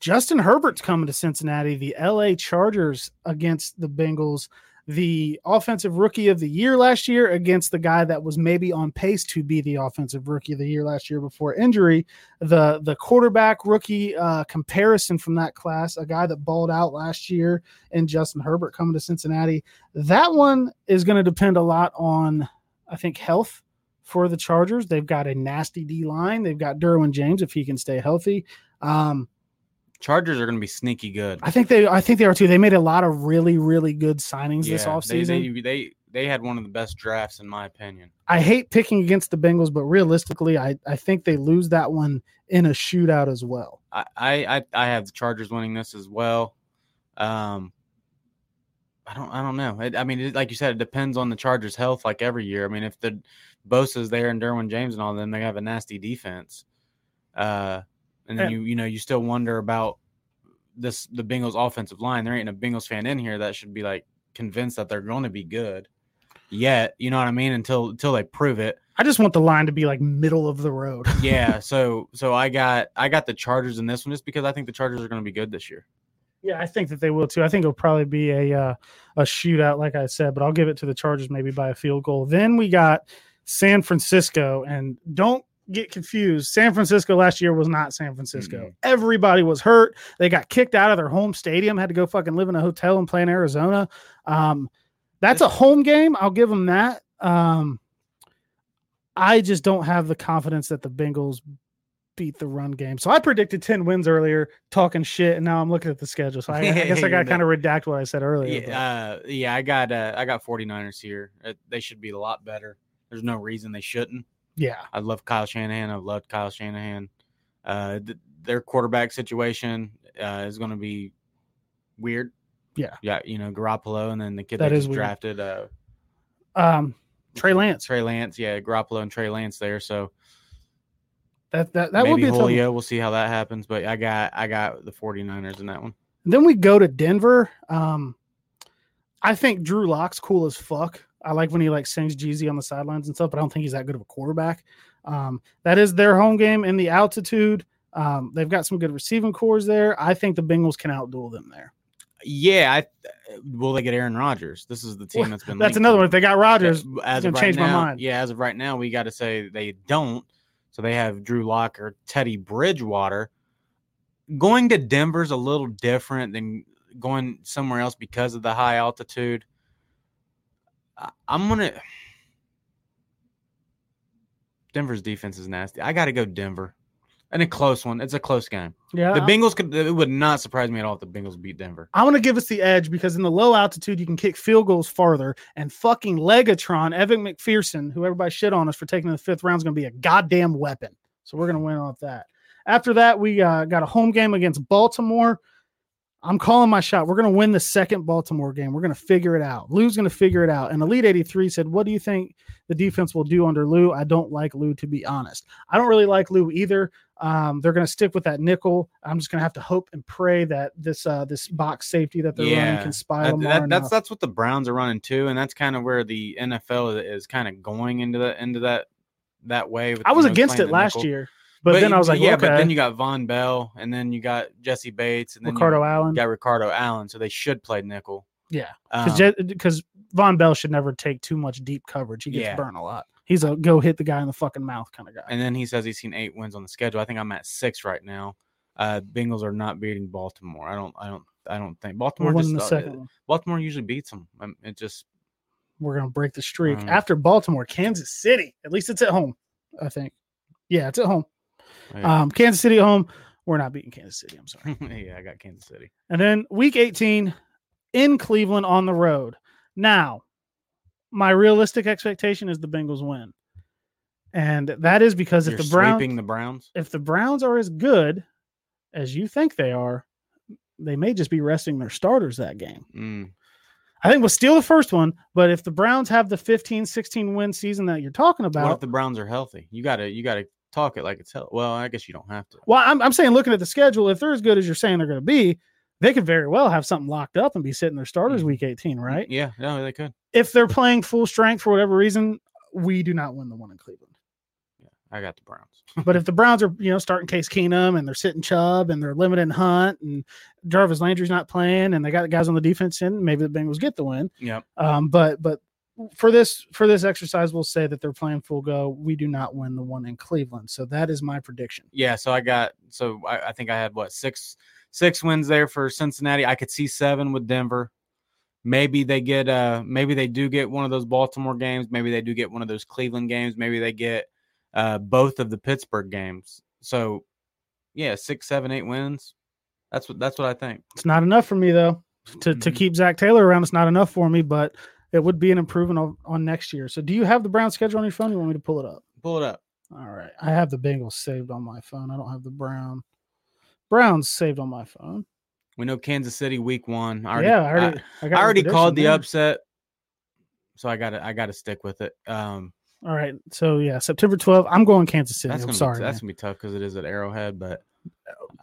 [SPEAKER 2] Justin Herbert's coming to Cincinnati, the LA Chargers against the Bengals, the offensive rookie of the year last year against the guy that was maybe on pace to be the offensive rookie of the year last year before injury, the the quarterback rookie uh, comparison from that class, a guy that balled out last year, and Justin Herbert coming to Cincinnati. That one is going to depend a lot on, I think, health for the Chargers. They've got a nasty D line. They've got Derwin James if he can stay healthy. Um,
[SPEAKER 3] Chargers are going to be sneaky good.
[SPEAKER 2] I think they I think they are too. They made a lot of really, really good signings this
[SPEAKER 3] Yeah, they-
[SPEAKER 2] offseason.
[SPEAKER 3] they, they they had one of the best drafts in my opinion.
[SPEAKER 2] I hate picking against the Bengals, but realistically, I, I think they lose that one in a shootout as well.
[SPEAKER 3] I, I I- I have the Chargers winning this as well. Um, I don't I don't know. It, I mean, it, like you said, it depends on the Chargers' health. Like every year, I mean, if the Bosa's there and Derwin James and all them, they have a nasty defense. Uh, and then
[SPEAKER 2] Yeah.
[SPEAKER 3] you you know you still wonder about this the Bengals' offensive line. There ain't a Bengals fan in here that should be like convinced that they're going to be good yet. You know what I mean? Until until they prove it.
[SPEAKER 2] I just want the line to be like middle of the road.
[SPEAKER 3] yeah. So so I got I got the Chargers in this one just because I think the Chargers are going to be good this year.
[SPEAKER 2] Yeah, I think that they will too. I think it'll probably be a uh, a shootout, like I said, but I'll give it to the Chargers maybe by a field goal. Then we got San Francisco, and don't get confused. San Francisco last year was not San Francisco.
[SPEAKER 3] Mm-mm.
[SPEAKER 2] Everybody was hurt. They got kicked out of their home stadium, had to go fucking live in a hotel and play in Arizona. Um, that's a home game. I'll give them that. Um, I just don't have the confidence that the Bengals beat the run game. So I predicted 10 wins earlier, talking shit, and now I'm looking at the schedule. So I, I
[SPEAKER 3] (laughs)
[SPEAKER 2] guess I got to kind of redact what I said earlier. Oh, but-
[SPEAKER 3] Yeah, uh, yeah, I got uh, I got 49ers here. Uh, they should be a lot better. There's no reason they shouldn't.
[SPEAKER 2] yeah.
[SPEAKER 3] I love Kyle Shanahan. I've loved Kyle Shanahan. Uh, th- their quarterback situation uh, is going to be weird.
[SPEAKER 2] Yeah.
[SPEAKER 3] yeah, you know Garoppolo, and then the kid
[SPEAKER 2] That
[SPEAKER 3] that
[SPEAKER 2] is
[SPEAKER 3] is
[SPEAKER 2] weird.
[SPEAKER 3] drafted. Uh,
[SPEAKER 2] Um, Trey Lance.
[SPEAKER 3] Trey Lance, yeah, Garoppolo and Trey Lance there. So
[SPEAKER 2] That that, that would
[SPEAKER 3] maybe
[SPEAKER 2] be a tough one.
[SPEAKER 3] Julio. We'll see how that happens. But I got I got the 49ers in that one.
[SPEAKER 2] Then we go to Denver. Um, I think Drew Locke's cool as fuck. I like when he like sings Jeezy on the sidelines and stuff, but I don't think he's that good of a quarterback. Um, that is their home game in the altitude. Um, they've got some good receiving cores there. I think the Bengals can outduel them there.
[SPEAKER 3] Yeah, I, uh, will they get Aaron Rodgers? This is the team that's been.
[SPEAKER 2] That's
[SPEAKER 3] linked
[SPEAKER 2] another
[SPEAKER 3] to
[SPEAKER 2] one.
[SPEAKER 3] him.
[SPEAKER 2] If they got Rodgers,
[SPEAKER 3] Yeah, as
[SPEAKER 2] gonna change my
[SPEAKER 3] now-
[SPEAKER 2] mind.
[SPEAKER 3] Yeah, as of right now, we got to say they don't. So they have Drew Lock or Teddy Bridgewater. Going to Denver's a little different than going somewhere else because of the high altitude. I, I'm gonna. Denver's defense is nasty. I got to go Denver. and a close one. It's a close game.
[SPEAKER 2] Yeah.
[SPEAKER 3] The
[SPEAKER 2] I-
[SPEAKER 3] Bengals could. It would not surprise me at all if the Bengals beat Denver.
[SPEAKER 2] I want to give us the edge because in the low altitude, you can kick field goals farther. And fucking Legatron, Evan McPherson, who everybody shit on us for taking in the fifth round, is going to be a goddamn weapon. So we're going to win off that. After that, we uh, got a home game against Baltimore. I'm calling my shot. We're going to win the second Baltimore game. We're going to figure it out. Lou's going to figure it out. And Elite 83 said, What do you think the defense will do under Lou? I don't like Lou, to be honest. I don't really like Lou either. Um, they're going to stick with that nickel. I'm just going to have to hope and pray that this uh, this box safety that they're running
[SPEAKER 3] Yeah.
[SPEAKER 2] can spy
[SPEAKER 3] That-
[SPEAKER 2] Lamar.
[SPEAKER 3] that- that's
[SPEAKER 2] enough.
[SPEAKER 3] that's what the Browns are running too, and that's kind of where the NFL is, is kind of going into that into that that way. with,
[SPEAKER 2] I was
[SPEAKER 3] you know,
[SPEAKER 2] against
[SPEAKER 3] playing
[SPEAKER 2] it
[SPEAKER 3] the
[SPEAKER 2] last
[SPEAKER 3] nickel.
[SPEAKER 2] year, but, then I was like,
[SPEAKER 3] yeah.
[SPEAKER 2] okay,
[SPEAKER 3] But then you got Von Bell, and then you got Jesse Bates, and then
[SPEAKER 2] Ricardo
[SPEAKER 3] you
[SPEAKER 2] Allen,
[SPEAKER 3] got Ricardo Allen. So they should play nickel.
[SPEAKER 2] yeah,
[SPEAKER 3] Um,
[SPEAKER 2] because Von Bell should never take too much deep coverage. He gets
[SPEAKER 3] Yeah.
[SPEAKER 2] burned a lot. He's a go hit the guy in the fucking mouth kind of guy.
[SPEAKER 3] and then he says he's seen eight wins on the schedule. I think I'm at six right now. Uh, Bengals are not beating Baltimore. I don't. I don't. I don't think
[SPEAKER 2] We're
[SPEAKER 3] Baltimore.
[SPEAKER 2] winning
[SPEAKER 3] Just,
[SPEAKER 2] the
[SPEAKER 3] uh,
[SPEAKER 2] second one.
[SPEAKER 3] Baltimore usually beats them. Um, It just (laughs)
[SPEAKER 2] We're gonna break the streak
[SPEAKER 3] Um,
[SPEAKER 2] after Baltimore, Kansas City. At least it's at home, I think. Yeah, it's at home.
[SPEAKER 3] yeah.
[SPEAKER 2] Um, Kansas City at home. We're not beating Kansas City. I'm sorry.
[SPEAKER 3] yeah, I got Kansas City.
[SPEAKER 2] And then week 18 in Cleveland on the road. Now, my realistic expectation is the Bengals win. And that is because
[SPEAKER 3] You're
[SPEAKER 2] if the Browns
[SPEAKER 3] sweeping the Browns.
[SPEAKER 2] if the Browns are as good as you think they are, they may just be resting their starters that game.
[SPEAKER 3] Mm,
[SPEAKER 2] I think we'll steal the first one, but if the Browns have the 15 16 win season that you're talking
[SPEAKER 3] what if
[SPEAKER 2] about,
[SPEAKER 3] the Browns are healthy? You gotta. You gotta talk it like it's hell. Well, I guess you don't have to.
[SPEAKER 2] well, I'm, I'm saying looking at the schedule, if they're as good as you're saying they're going to be, they could very well have something locked up and be sitting their starters
[SPEAKER 3] Mhm.
[SPEAKER 2] week 18, right?
[SPEAKER 3] Yeah. No, they could.
[SPEAKER 2] if they're playing full strength for whatever reason, we do not win the one in Cleveland.
[SPEAKER 3] I got the Browns.
[SPEAKER 2] But if the Browns are, you know, starting Case Keenum and they're sitting Chubb and they're limiting Hunt and Jarvis Landry's not playing and they got guys on the defense in, maybe the Bengals get the win.
[SPEAKER 3] Yep.
[SPEAKER 2] Um, but but for this for this exercise, we'll say that they're playing full go. We do not win the one in Cleveland. So that is my prediction.
[SPEAKER 3] Yeah. So I got. So I, I think I had what six six wins there for Cincinnati. I could see seven with Denver. Maybe they get uh maybe they do get one of those Baltimore games. Maybe they do get one of those Cleveland games. Maybe they get uh both of the Pittsburgh games. So yeah, six, seven, eight wins. That's what that's what I think.
[SPEAKER 2] It's not enough for me though to to
[SPEAKER 3] Mhm.
[SPEAKER 2] keep Zach Taylor around. It's not enough for me, but it would be an improvement on, on next year. So do you have the Browns schedule on your phone? You want me to pull it up?
[SPEAKER 3] Pull it up.
[SPEAKER 2] All right. I have the Bengals saved on my phone. I don't have the Brown. Browns saved on my phone.
[SPEAKER 3] We know Kansas City week one. I already,
[SPEAKER 2] yeah, I already, I,
[SPEAKER 3] I,
[SPEAKER 2] got your
[SPEAKER 3] already
[SPEAKER 2] prediction
[SPEAKER 3] called the
[SPEAKER 2] there.
[SPEAKER 3] upset. So I gotta I gotta stick with it. Um
[SPEAKER 2] All right. So yeah, September 12th. I'm going Kansas City.
[SPEAKER 3] that's
[SPEAKER 2] I'm
[SPEAKER 3] gonna
[SPEAKER 2] sorry.
[SPEAKER 3] be, that's
[SPEAKER 2] man.
[SPEAKER 3] gonna be tough because it is at Arrowhead, but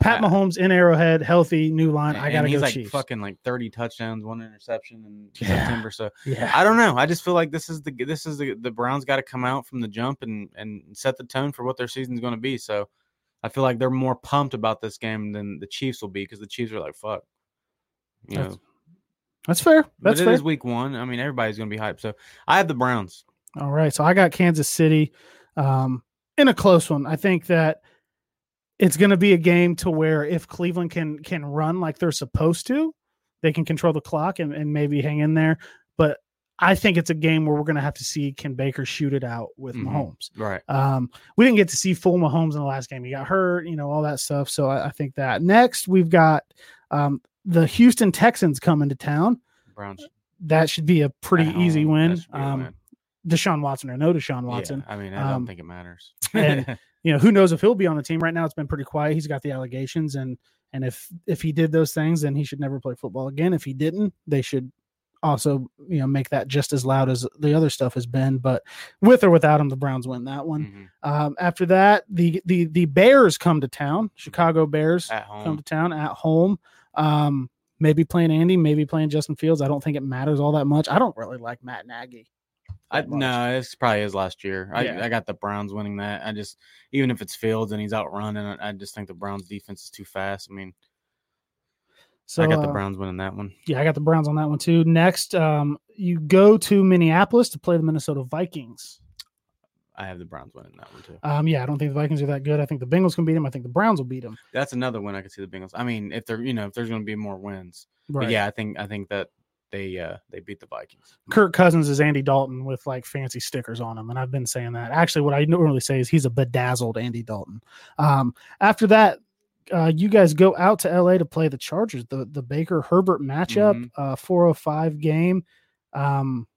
[SPEAKER 2] Pat
[SPEAKER 3] I-
[SPEAKER 2] Mahomes in Arrowhead, healthy, new line. I
[SPEAKER 3] and
[SPEAKER 2] gotta
[SPEAKER 3] he's
[SPEAKER 2] go
[SPEAKER 3] like
[SPEAKER 2] Chiefs.
[SPEAKER 3] fucking like 30 touchdowns, one interception in
[SPEAKER 2] Yeah.
[SPEAKER 3] September. So
[SPEAKER 2] yeah.
[SPEAKER 3] I don't know. I just feel like this is the this is the the Browns got to come out from the jump and and set the tone for what their season's going to be. So I feel like they're more pumped about this game than the Chiefs will be because the Chiefs are like fuck. You
[SPEAKER 2] That's-
[SPEAKER 3] know,
[SPEAKER 2] That's fair.
[SPEAKER 3] but
[SPEAKER 2] That's
[SPEAKER 3] it is
[SPEAKER 2] fair.
[SPEAKER 3] week one. I mean, everybody's going to be hyped. So I have the Browns.
[SPEAKER 2] All right. So I got Kansas City um, in a close one. I think that it's going to be a game to where if Cleveland can can run like they're supposed to, they can control the clock and, and maybe hang in there. But I think it's a game where we're going to have to see can Baker shoot it out with
[SPEAKER 3] Mhm.
[SPEAKER 2] Mahomes.
[SPEAKER 3] Right.
[SPEAKER 2] Um, we didn't get to see full Mahomes in the last game. He got hurt, you know, all that stuff. So I, I think that next we've got um, the Houston Texans coming to town.
[SPEAKER 3] Browns. at
[SPEAKER 2] That should be a pretty
[SPEAKER 3] home.
[SPEAKER 2] easy
[SPEAKER 3] That
[SPEAKER 2] win.
[SPEAKER 3] should be a
[SPEAKER 2] Um,
[SPEAKER 3] win.
[SPEAKER 2] Deshaun Watson or no Deshaun Watson.
[SPEAKER 3] Yeah, I mean, I don't
[SPEAKER 2] Um,
[SPEAKER 3] think it matters.
[SPEAKER 2] (laughs)
[SPEAKER 3] (laughs)
[SPEAKER 2] and- you know who knows if he'll be on the team right now it's been pretty quiet he's got the allegations and and if if he did those things then he should never play football again if he didn't they should also you know make that just as loud as the other stuff has been but with or without him the browns win that one
[SPEAKER 3] Mhm.
[SPEAKER 2] um, after that the the the bears come to town chicago bears
[SPEAKER 3] At
[SPEAKER 2] come
[SPEAKER 3] home.
[SPEAKER 2] to town at home um maybe playing andy maybe playing justin fields i don't think it matters all that much i don't really like matt nagy
[SPEAKER 3] I,
[SPEAKER 2] that much.
[SPEAKER 3] no, it's probably his last year. I,
[SPEAKER 2] Yeah.
[SPEAKER 3] I got the Browns winning that. I just, even if it's Fields and he's out running, I, I just think the Browns defense is too fast. I mean,
[SPEAKER 2] so
[SPEAKER 3] I got the
[SPEAKER 2] uh,
[SPEAKER 3] Browns winning that one.
[SPEAKER 2] Yeah, I got the Browns on that one too. Next, um, you go to Minneapolis to play the Minnesota Vikings.
[SPEAKER 3] I have the Browns winning that one too.
[SPEAKER 2] Um, yeah, I don't think the Vikings are that good. I think the Bengals can beat them. I think the Browns will beat them.
[SPEAKER 3] That's another win I could see the Bengals. I mean, if they're, you know, if there's going to be more wins, but yeah, I think I think that they uh they beat the Vikings.
[SPEAKER 2] Kirk Cousins is Andy Dalton with like fancy stickers on him, and I've been saying that. Actually, what I normally say is he's a bedazzled Andy Dalton. Um, after that, uh, you guys go out to LA to play the Chargers, the the Baker Herbert matchup,
[SPEAKER 3] Mhm.
[SPEAKER 2] uh, 405 game. Um,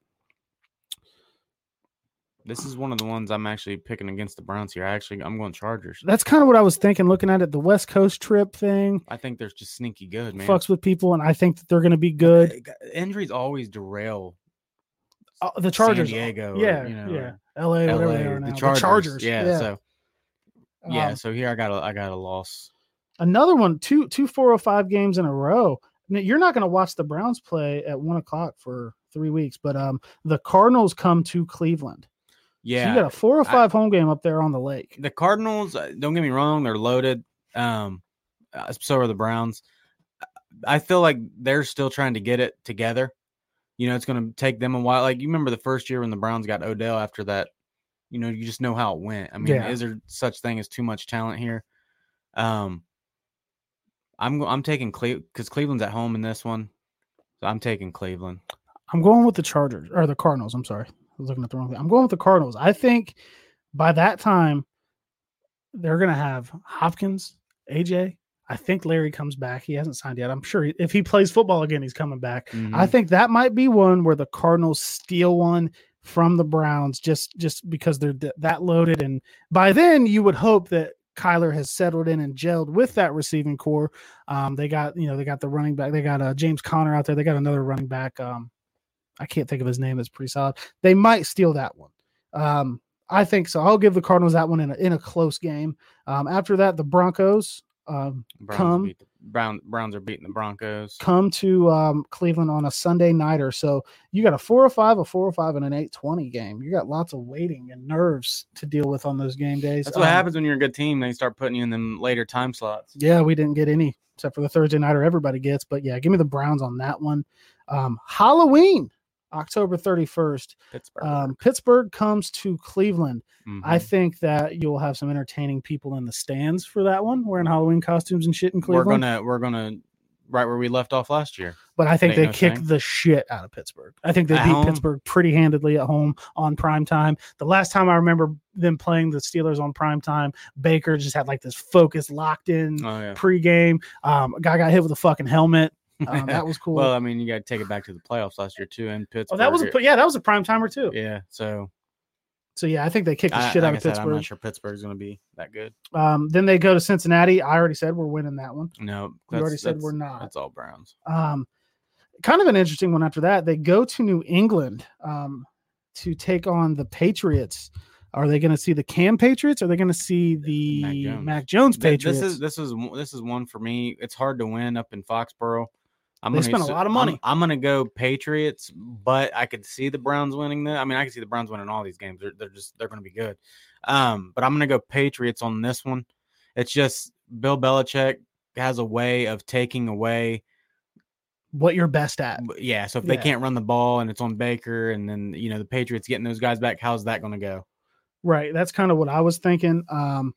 [SPEAKER 3] This is one of the ones I'm actually picking against the Browns here. I actually I'm going Chargers.
[SPEAKER 2] that's kind of what I was thinking, looking at it. The West Coast trip thing
[SPEAKER 3] I think they're just sneaky good, man.
[SPEAKER 2] fucks with people, and I think that they're going to be good.
[SPEAKER 3] Uh, Injuries always derail
[SPEAKER 2] Uh, the Chargers,
[SPEAKER 3] San Diego, or,
[SPEAKER 2] yeah,
[SPEAKER 3] you know,
[SPEAKER 2] yeah,
[SPEAKER 3] or
[SPEAKER 2] LA, whatever
[SPEAKER 3] LA,
[SPEAKER 2] they are now.
[SPEAKER 3] the Chargers, yeah,
[SPEAKER 2] yeah.
[SPEAKER 3] So yeah,
[SPEAKER 2] Um,
[SPEAKER 3] so here I got a I got a loss.
[SPEAKER 2] another one, two two four oh five games in a row. Now, You're not going to watch the Browns play at one o'clock for three weeks, but um, the Cardinals come to Cleveland. So
[SPEAKER 3] Yeah,
[SPEAKER 2] you got a four oh five home game up there on the lake.
[SPEAKER 3] the Cardinals. uh, Don't get me wrong; they're loaded. Um, uh, so are the Browns. I feel like they're still trying to get it together. You know, it's going to take them a while. Like you remember the first year when the Browns got Odell. After that, you know, you just know how it went. I mean,
[SPEAKER 2] Yeah.
[SPEAKER 3] is there such thing as too much talent here? Um, I'm go- I'm taking Cleveland because Cleveland's at home in this one. So I'm taking Cleveland.
[SPEAKER 2] I'm going with the Chargers or the Cardinals. I'm sorry, I was looking at the wrong thing. I'm going with the Cardinals. I think by that time they're going to have Hopkins, AJ. I think Larry comes back. He hasn't signed yet. I'm sure he- if he plays football again, he's coming back. I think that might be one where the Cardinals steal one from the Browns just just because they're th- that loaded and by then you would hope that Kyler has settled in and gelled with that receiving core. Um, they got you know they got the running back. They got uh, James Conner out there. They got another running back. Um, I can't think of his name. That's pretty solid. They might steal that one. Um, I think so. I'll give the Cardinals that one in a, in a close game. Um, after that, the Broncos um,
[SPEAKER 3] Browns
[SPEAKER 2] come-
[SPEAKER 3] beat the, Brown Browns are beating the Broncos.
[SPEAKER 2] come to um, Cleveland on a Sunday night or so. You got a four or five, a four or five, and an eight twenty game. You got lots of waiting and nerves to deal with on those game days.
[SPEAKER 3] That's what
[SPEAKER 2] Um,
[SPEAKER 3] happens when you're a good team. They start putting you in them later time slots.
[SPEAKER 2] Yeah, we didn't get any except for the Thursday nighter everybody gets. But yeah, give me the Browns on that one. Um, Halloween, October thirty first.
[SPEAKER 3] Pittsburgh.
[SPEAKER 2] Um, Pittsburgh comes to Cleveland. I
[SPEAKER 3] Mhm.
[SPEAKER 2] think that you'll have some entertaining people in the stands for that one, wearing Halloween costumes and shit in
[SPEAKER 3] we're
[SPEAKER 2] Cleveland.
[SPEAKER 3] gonna we're gonna right where we left off last year.
[SPEAKER 2] But I think
[SPEAKER 3] Ain't
[SPEAKER 2] they
[SPEAKER 3] no
[SPEAKER 2] kick
[SPEAKER 3] thing.
[SPEAKER 2] the shit out of Pittsburgh. I think they
[SPEAKER 3] At
[SPEAKER 2] beat
[SPEAKER 3] home?
[SPEAKER 2] Pittsburgh pretty handedly at home on prime time. The last time I remember them playing the Steelers on prime time, Baker just had like this focus locked in (laughs)
[SPEAKER 3] Oh yeah.
[SPEAKER 2] pregame. Um, a guy got hit with a fucking
[SPEAKER 3] (laughs)
[SPEAKER 2] helmet. Um, that was cool.
[SPEAKER 3] well, I mean, you got to take it back to the playoffs last year too in Pittsburgh.
[SPEAKER 2] oh, that was a yeah, that was a prime timer too.
[SPEAKER 3] yeah. So
[SPEAKER 2] So yeah, I think they kicked the
[SPEAKER 3] I,
[SPEAKER 2] shit
[SPEAKER 3] like
[SPEAKER 2] out
[SPEAKER 3] I
[SPEAKER 2] of
[SPEAKER 3] said, I'm
[SPEAKER 2] Pittsburgh.
[SPEAKER 3] not sure Pittsburgh's gonna be that good.
[SPEAKER 2] um, then they go to Cincinnati. I already said we're winning that one.
[SPEAKER 3] No,
[SPEAKER 2] We
[SPEAKER 3] that's-
[SPEAKER 2] already said
[SPEAKER 3] that's-
[SPEAKER 2] we're not.
[SPEAKER 3] That's all Browns.
[SPEAKER 2] Um, kind of an interesting one after that. They go to New England um, to take on the Patriots. Are they going to see the Cam Patriots? Are they going to see the Mac
[SPEAKER 3] Mac
[SPEAKER 2] Jones,
[SPEAKER 3] Jones. Th-
[SPEAKER 2] Patriots?
[SPEAKER 3] This is this is one- this is one for me. It's hard to win up in Foxborough. I'm
[SPEAKER 2] They
[SPEAKER 3] gonna
[SPEAKER 2] spent a
[SPEAKER 3] s-
[SPEAKER 2] lot of
[SPEAKER 3] I'm-
[SPEAKER 2] money.
[SPEAKER 3] I'm, gonna go Patriots, but I could see the Browns winning that. I mean, I can see the Browns winning all these games. They're, they're just they're gonna be good. Um, but I'm gonna go Patriots on this one. It's just Bill Belichick has a way of taking away.
[SPEAKER 2] what you're best at.
[SPEAKER 3] b- Yeah, so if they
[SPEAKER 2] Yeah.
[SPEAKER 3] can't run the ball and it's on Baker, and then you know the Patriots getting those guys back, how's that gonna go?
[SPEAKER 2] Right. That's kind of what I was thinking. Um,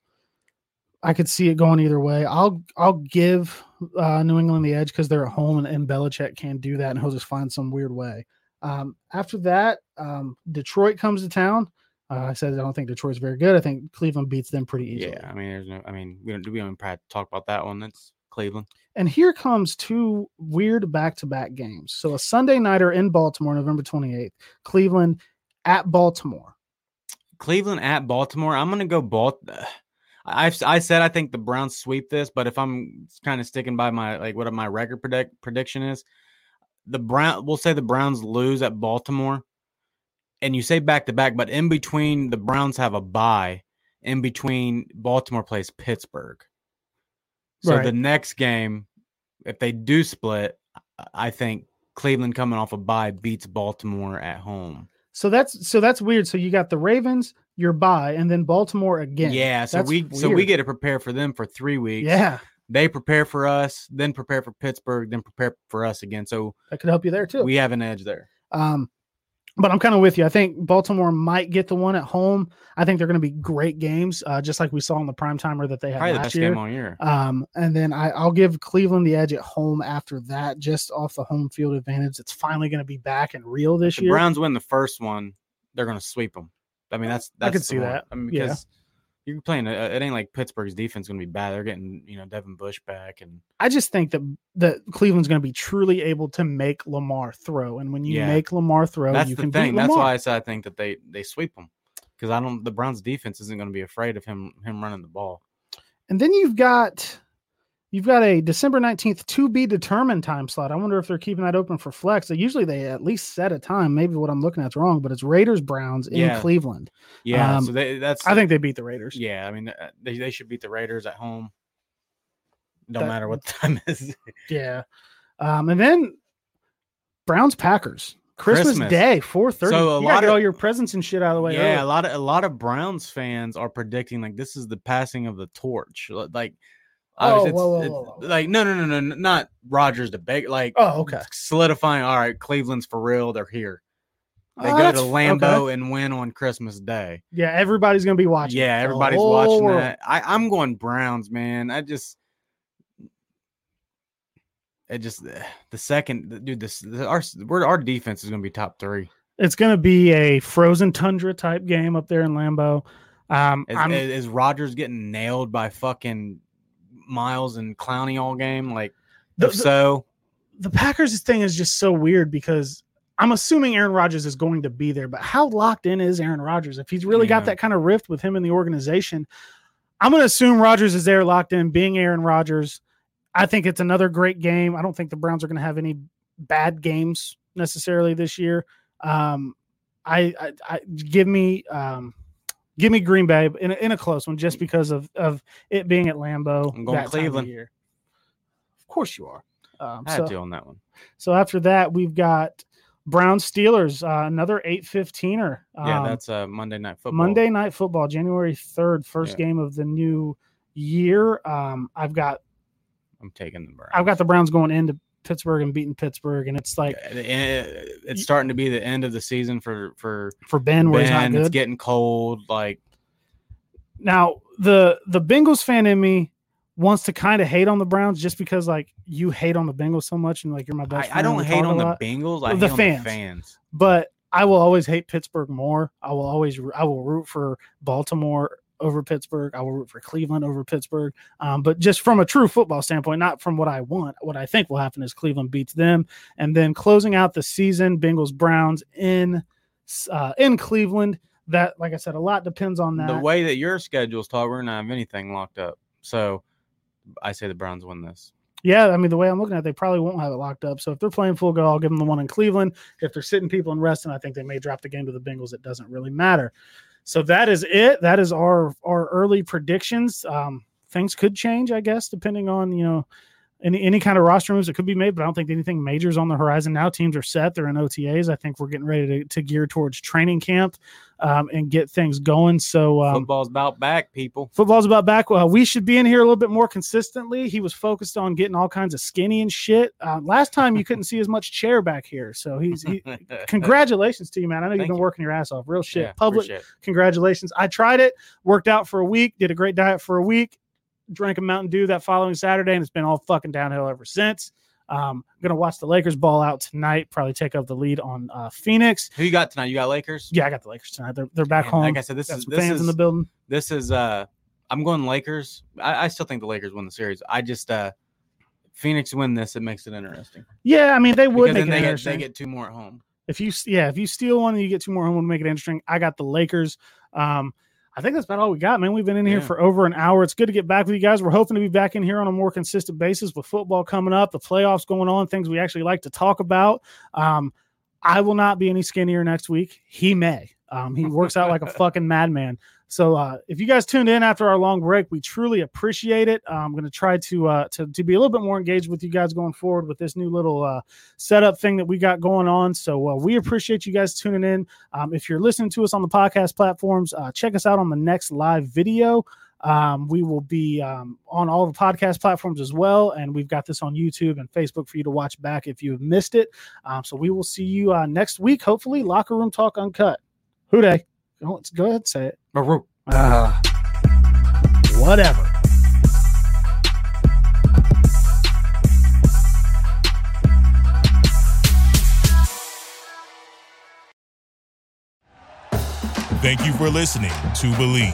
[SPEAKER 2] I could see it going either way. I'll I'll give uh, New England the edge because they're at home and, and Belichick can do that, and he'll just find some weird way. Um, after that, um, Detroit comes to town. Uh, I said I don't think Detroit's very good. I think Cleveland beats them pretty easily.
[SPEAKER 3] Yeah, I mean, there's no. I mean, we don't. We don't even probably have to talk about that one. That's Cleveland.
[SPEAKER 2] And here comes two weird back-to-back games. So a Sunday nighter in Baltimore, November 28th, Cleveland at Baltimore.
[SPEAKER 3] Cleveland at Baltimore. I'm gonna go Balt. (sighs) I've I said I think the Browns sweep this, but if I'm kind of sticking by my like what my record predict prediction is, the Brown we'll say the Browns lose at Baltimore, and you say back to back, but in between the Browns have a bye. In between Baltimore plays Pittsburgh, so
[SPEAKER 2] Right.
[SPEAKER 3] the next game, if they do split, I- I think Cleveland coming off a bye beats Baltimore at home.
[SPEAKER 2] So that's so that's weird. So you got the Ravens, your bye, and then Baltimore again.
[SPEAKER 3] Yeah, so
[SPEAKER 2] That's
[SPEAKER 3] we so we
[SPEAKER 2] weird.
[SPEAKER 3] get to prepare for them for three weeks.
[SPEAKER 2] Yeah,
[SPEAKER 3] They prepare for us, then prepare for Pittsburgh, then prepare for us again. So
[SPEAKER 2] that could help you there too.
[SPEAKER 3] we have an edge there.
[SPEAKER 2] um, But I'm kind of with you. I think Baltimore might get the one at home. I think they're going to be great games, uh, just like we saw in the prime timer that they had
[SPEAKER 3] Probably the
[SPEAKER 2] last
[SPEAKER 3] best
[SPEAKER 2] year.
[SPEAKER 3] game all year.
[SPEAKER 2] Um, and then I, I'll give Cleveland the edge at home after that, just off the home field advantage. It's finally going to be back and real this
[SPEAKER 3] If the
[SPEAKER 2] year.
[SPEAKER 3] Browns win the first one, they're going to sweep them. I mean, that's
[SPEAKER 2] I
[SPEAKER 3] that's
[SPEAKER 2] could
[SPEAKER 3] the
[SPEAKER 2] see
[SPEAKER 3] one.
[SPEAKER 2] that.
[SPEAKER 3] I mean,
[SPEAKER 2] Yeah.
[SPEAKER 3] because you're playing. uh, It ain't like Pittsburgh's defense going to be bad. They're getting you know Devin Bush back, and
[SPEAKER 2] I just think that that Cleveland's going to be truly able to make Lamar throw, and when you
[SPEAKER 3] Yeah.
[SPEAKER 2] make Lamar throw,
[SPEAKER 3] that's
[SPEAKER 2] you
[SPEAKER 3] the
[SPEAKER 2] can
[SPEAKER 3] thing.
[SPEAKER 2] beat
[SPEAKER 3] That's
[SPEAKER 2] Lamar.
[SPEAKER 3] why I said I think that they they sweep them because I don't. The Browns defense isn't going to be afraid of him him running the ball.
[SPEAKER 2] and then you've got you've got a December nineteenth to be determined time slot. I wonder if they're keeping that open for flex. Usually they at least set a time. Maybe what I'm looking at's wrong, but it's Raiders Browns in
[SPEAKER 3] Yeah.
[SPEAKER 2] Cleveland.
[SPEAKER 3] Yeah,
[SPEAKER 2] Um,
[SPEAKER 3] so they, that's
[SPEAKER 2] I think they beat the Raiders.
[SPEAKER 3] Yeah, I mean uh, they, they should beat the Raiders at home. Don't
[SPEAKER 2] That-
[SPEAKER 3] matter what (laughs) the time is.
[SPEAKER 2] Yeah. Um, and then Browns Packers Christmas,
[SPEAKER 3] Christmas.
[SPEAKER 2] Day four thirty.
[SPEAKER 3] So a
[SPEAKER 2] you
[SPEAKER 3] lot
[SPEAKER 2] gotta get
[SPEAKER 3] of-
[SPEAKER 2] all your presents and shit out of the way.
[SPEAKER 3] yeah, a
[SPEAKER 2] early.
[SPEAKER 3] lot of a lot of Browns fans are predicting like this is the passing of the torch. L- Like,
[SPEAKER 2] Oh,
[SPEAKER 3] obviously it's-
[SPEAKER 2] whoa, whoa,
[SPEAKER 3] it's-
[SPEAKER 2] whoa, whoa.
[SPEAKER 3] like no, no, no, no, no, not Rogers the big like
[SPEAKER 2] Oh, okay.
[SPEAKER 3] solidifying. All right, Cleveland's for real. They're here. They
[SPEAKER 2] Ah,
[SPEAKER 3] go to
[SPEAKER 2] that's-
[SPEAKER 3] Lambeau
[SPEAKER 2] okay.
[SPEAKER 3] and win on Christmas Day.
[SPEAKER 2] Yeah, everybody's gonna be watching.
[SPEAKER 3] Yeah,
[SPEAKER 2] The
[SPEAKER 3] everybody's
[SPEAKER 2] whole
[SPEAKER 3] watching
[SPEAKER 2] world.
[SPEAKER 3] that. I, I'm going Browns, man. I just, it just eh, the second, dude. This the, our we're, our defense is going to be top three.
[SPEAKER 2] It's gonna be a frozen tundra type game up there in Lambeau. Um,
[SPEAKER 3] Is,
[SPEAKER 2] I'm-
[SPEAKER 3] is, is Rogers getting nailed by fucking Miles and Clowney all game? Like,
[SPEAKER 2] the,
[SPEAKER 3] if so,
[SPEAKER 2] the Packers thing is just so weird because I'm assuming Aaron Rodgers is going to be there, but how locked in is Aaron Rodgers? If he's really got
[SPEAKER 3] Yeah.
[SPEAKER 2] that kind of rift with him in the organization, I'm going to assume Rodgers is there locked in, being Aaron Rodgers. I think it's another great game. I don't think the Browns are going to have any bad games necessarily this year. Um, I, I, I give me um, give me Green Bay in a, in a close one just because of of it being at Lambeau.
[SPEAKER 3] I'm going
[SPEAKER 2] that time of
[SPEAKER 3] Cleveland.
[SPEAKER 2] year. Of course you are. Um,
[SPEAKER 3] I had
[SPEAKER 2] so-
[SPEAKER 3] to on that one.
[SPEAKER 2] so after that, we've got Brown Steelers, uh, another 815er.
[SPEAKER 3] Yeah,
[SPEAKER 2] um,
[SPEAKER 3] that's uh, Monday night football.
[SPEAKER 2] Monday Night Football, January 3rd, first
[SPEAKER 3] Yeah.
[SPEAKER 2] game of the new year. Um, I've got
[SPEAKER 3] I'm taking the Browns.
[SPEAKER 2] I've got the Browns going into Pittsburgh and beating Pittsburgh, and it's like
[SPEAKER 3] Yeah, it- it- it's starting to be the end of the season for for
[SPEAKER 2] for Ben where he's not
[SPEAKER 3] Ben. It's
[SPEAKER 2] good.
[SPEAKER 3] getting cold. Like,
[SPEAKER 2] now the the Bengals fan in me wants to kind of hate on the Browns just because like you hate on the Bengals so much and like you're my best
[SPEAKER 3] I,
[SPEAKER 2] friend.
[SPEAKER 3] I don't
[SPEAKER 2] we
[SPEAKER 3] hate
[SPEAKER 2] talk
[SPEAKER 3] on
[SPEAKER 2] a
[SPEAKER 3] the
[SPEAKER 2] lot.
[SPEAKER 3] Bengals. I
[SPEAKER 2] The
[SPEAKER 3] hate on
[SPEAKER 2] fans.
[SPEAKER 3] the fans.
[SPEAKER 2] but I will always hate Pittsburgh more. I will always I will root for Baltimore over Pittsburgh. I will root for Cleveland over Pittsburgh. Um, but just from a true football standpoint, not from what I want. What I think will happen is Cleveland beats them, and then closing out the season, Bengals Browns in uh, in Cleveland. That, like I said, a lot depends on that.
[SPEAKER 3] The way that your schedule's taught, we're not have anything locked up. So I say the Browns win this.
[SPEAKER 2] Yeah, I mean the way I'm looking at, it, they probably won't have it locked up. So if they're playing full go, I'll give them the one in Cleveland. If they're sitting people and resting, I think they may drop the game to the Bengals. It doesn't really matter. So that is it. That is our our early predictions. Um, things could change, I guess, depending on you know any any kind of roster moves that could be made. But I don't think anything majors on the horizon now. Teams are set. They're in OTAs. I think we're getting ready to, to gear towards training camp um, and get things going. So um,
[SPEAKER 3] Football's about
[SPEAKER 2] (laughs)
[SPEAKER 3] back, people.
[SPEAKER 2] Football's about back. Uh, we should be in here a little bit more consistently. He was focused on getting all kinds of skinny and shit. Uh, last time you couldn't see as much chair back here, so he's. He,
[SPEAKER 3] (laughs)
[SPEAKER 2] congratulations to you, man. I know you've
[SPEAKER 3] Thank
[SPEAKER 2] been
[SPEAKER 3] you.
[SPEAKER 2] working your ass off. Real shit.
[SPEAKER 3] Yeah,
[SPEAKER 2] Public
[SPEAKER 3] appreciate it.
[SPEAKER 2] congratulations. I tried it, worked out for a week, did a great diet for a week, drank a Mountain Dew that following Saturday, and it's been all fucking downhill ever since. Um, gonna watch the Lakers ball out tonight. Probably take up the lead on uh, Phoenix.
[SPEAKER 3] Who you got tonight? You got Lakers.
[SPEAKER 2] Yeah, I got the Lakers tonight. They're they're back
[SPEAKER 3] And
[SPEAKER 2] home.
[SPEAKER 3] Like I said, this
[SPEAKER 2] got
[SPEAKER 3] is
[SPEAKER 2] some
[SPEAKER 3] this
[SPEAKER 2] fans in
[SPEAKER 3] is
[SPEAKER 2] the building.
[SPEAKER 3] this is uh I'm going Lakers. I, I still think the Lakers win the series. I just uh Phoenix win this, it makes it interesting.
[SPEAKER 2] Yeah, I mean they would make
[SPEAKER 3] Because then
[SPEAKER 2] it
[SPEAKER 3] they get
[SPEAKER 2] interesting.
[SPEAKER 3] they get two more at home.
[SPEAKER 2] If you yeah, if you steal one and you get two more home, we'll make it interesting. I got the Lakers. Um, I think that's about all we got, man. We've been in here
[SPEAKER 3] Yeah.
[SPEAKER 2] for over an hour. It's good to get back with you guys. We're hoping to be back in here on a more consistent basis with football coming up, the playoffs going on, things we actually like to talk about. Um, I will not be any skinnier next week. He may. Um, he works out like a fucking madman. So uh, if you guys tuned in after our long break, we truly appreciate it. Uh, I'm going to try to, uh, to to be a little bit more engaged with you guys going forward with this new little uh, setup thing that we got going on. So uh, we appreciate you guys tuning in. Um, if you're listening to us on the podcast platforms, uh, check us out on the next live video. Um, we will be um, on all the podcast platforms as well. And we've got this on YouTube and Facebook for you to watch back if you've missed it. Um, so we will see you uh, next week, hopefully. Locker Room Talk Uncut. Who day? Go go ahead and say it.
[SPEAKER 3] Maroon.
[SPEAKER 2] Ah, whatever.
[SPEAKER 1] Thank you for listening to Believe.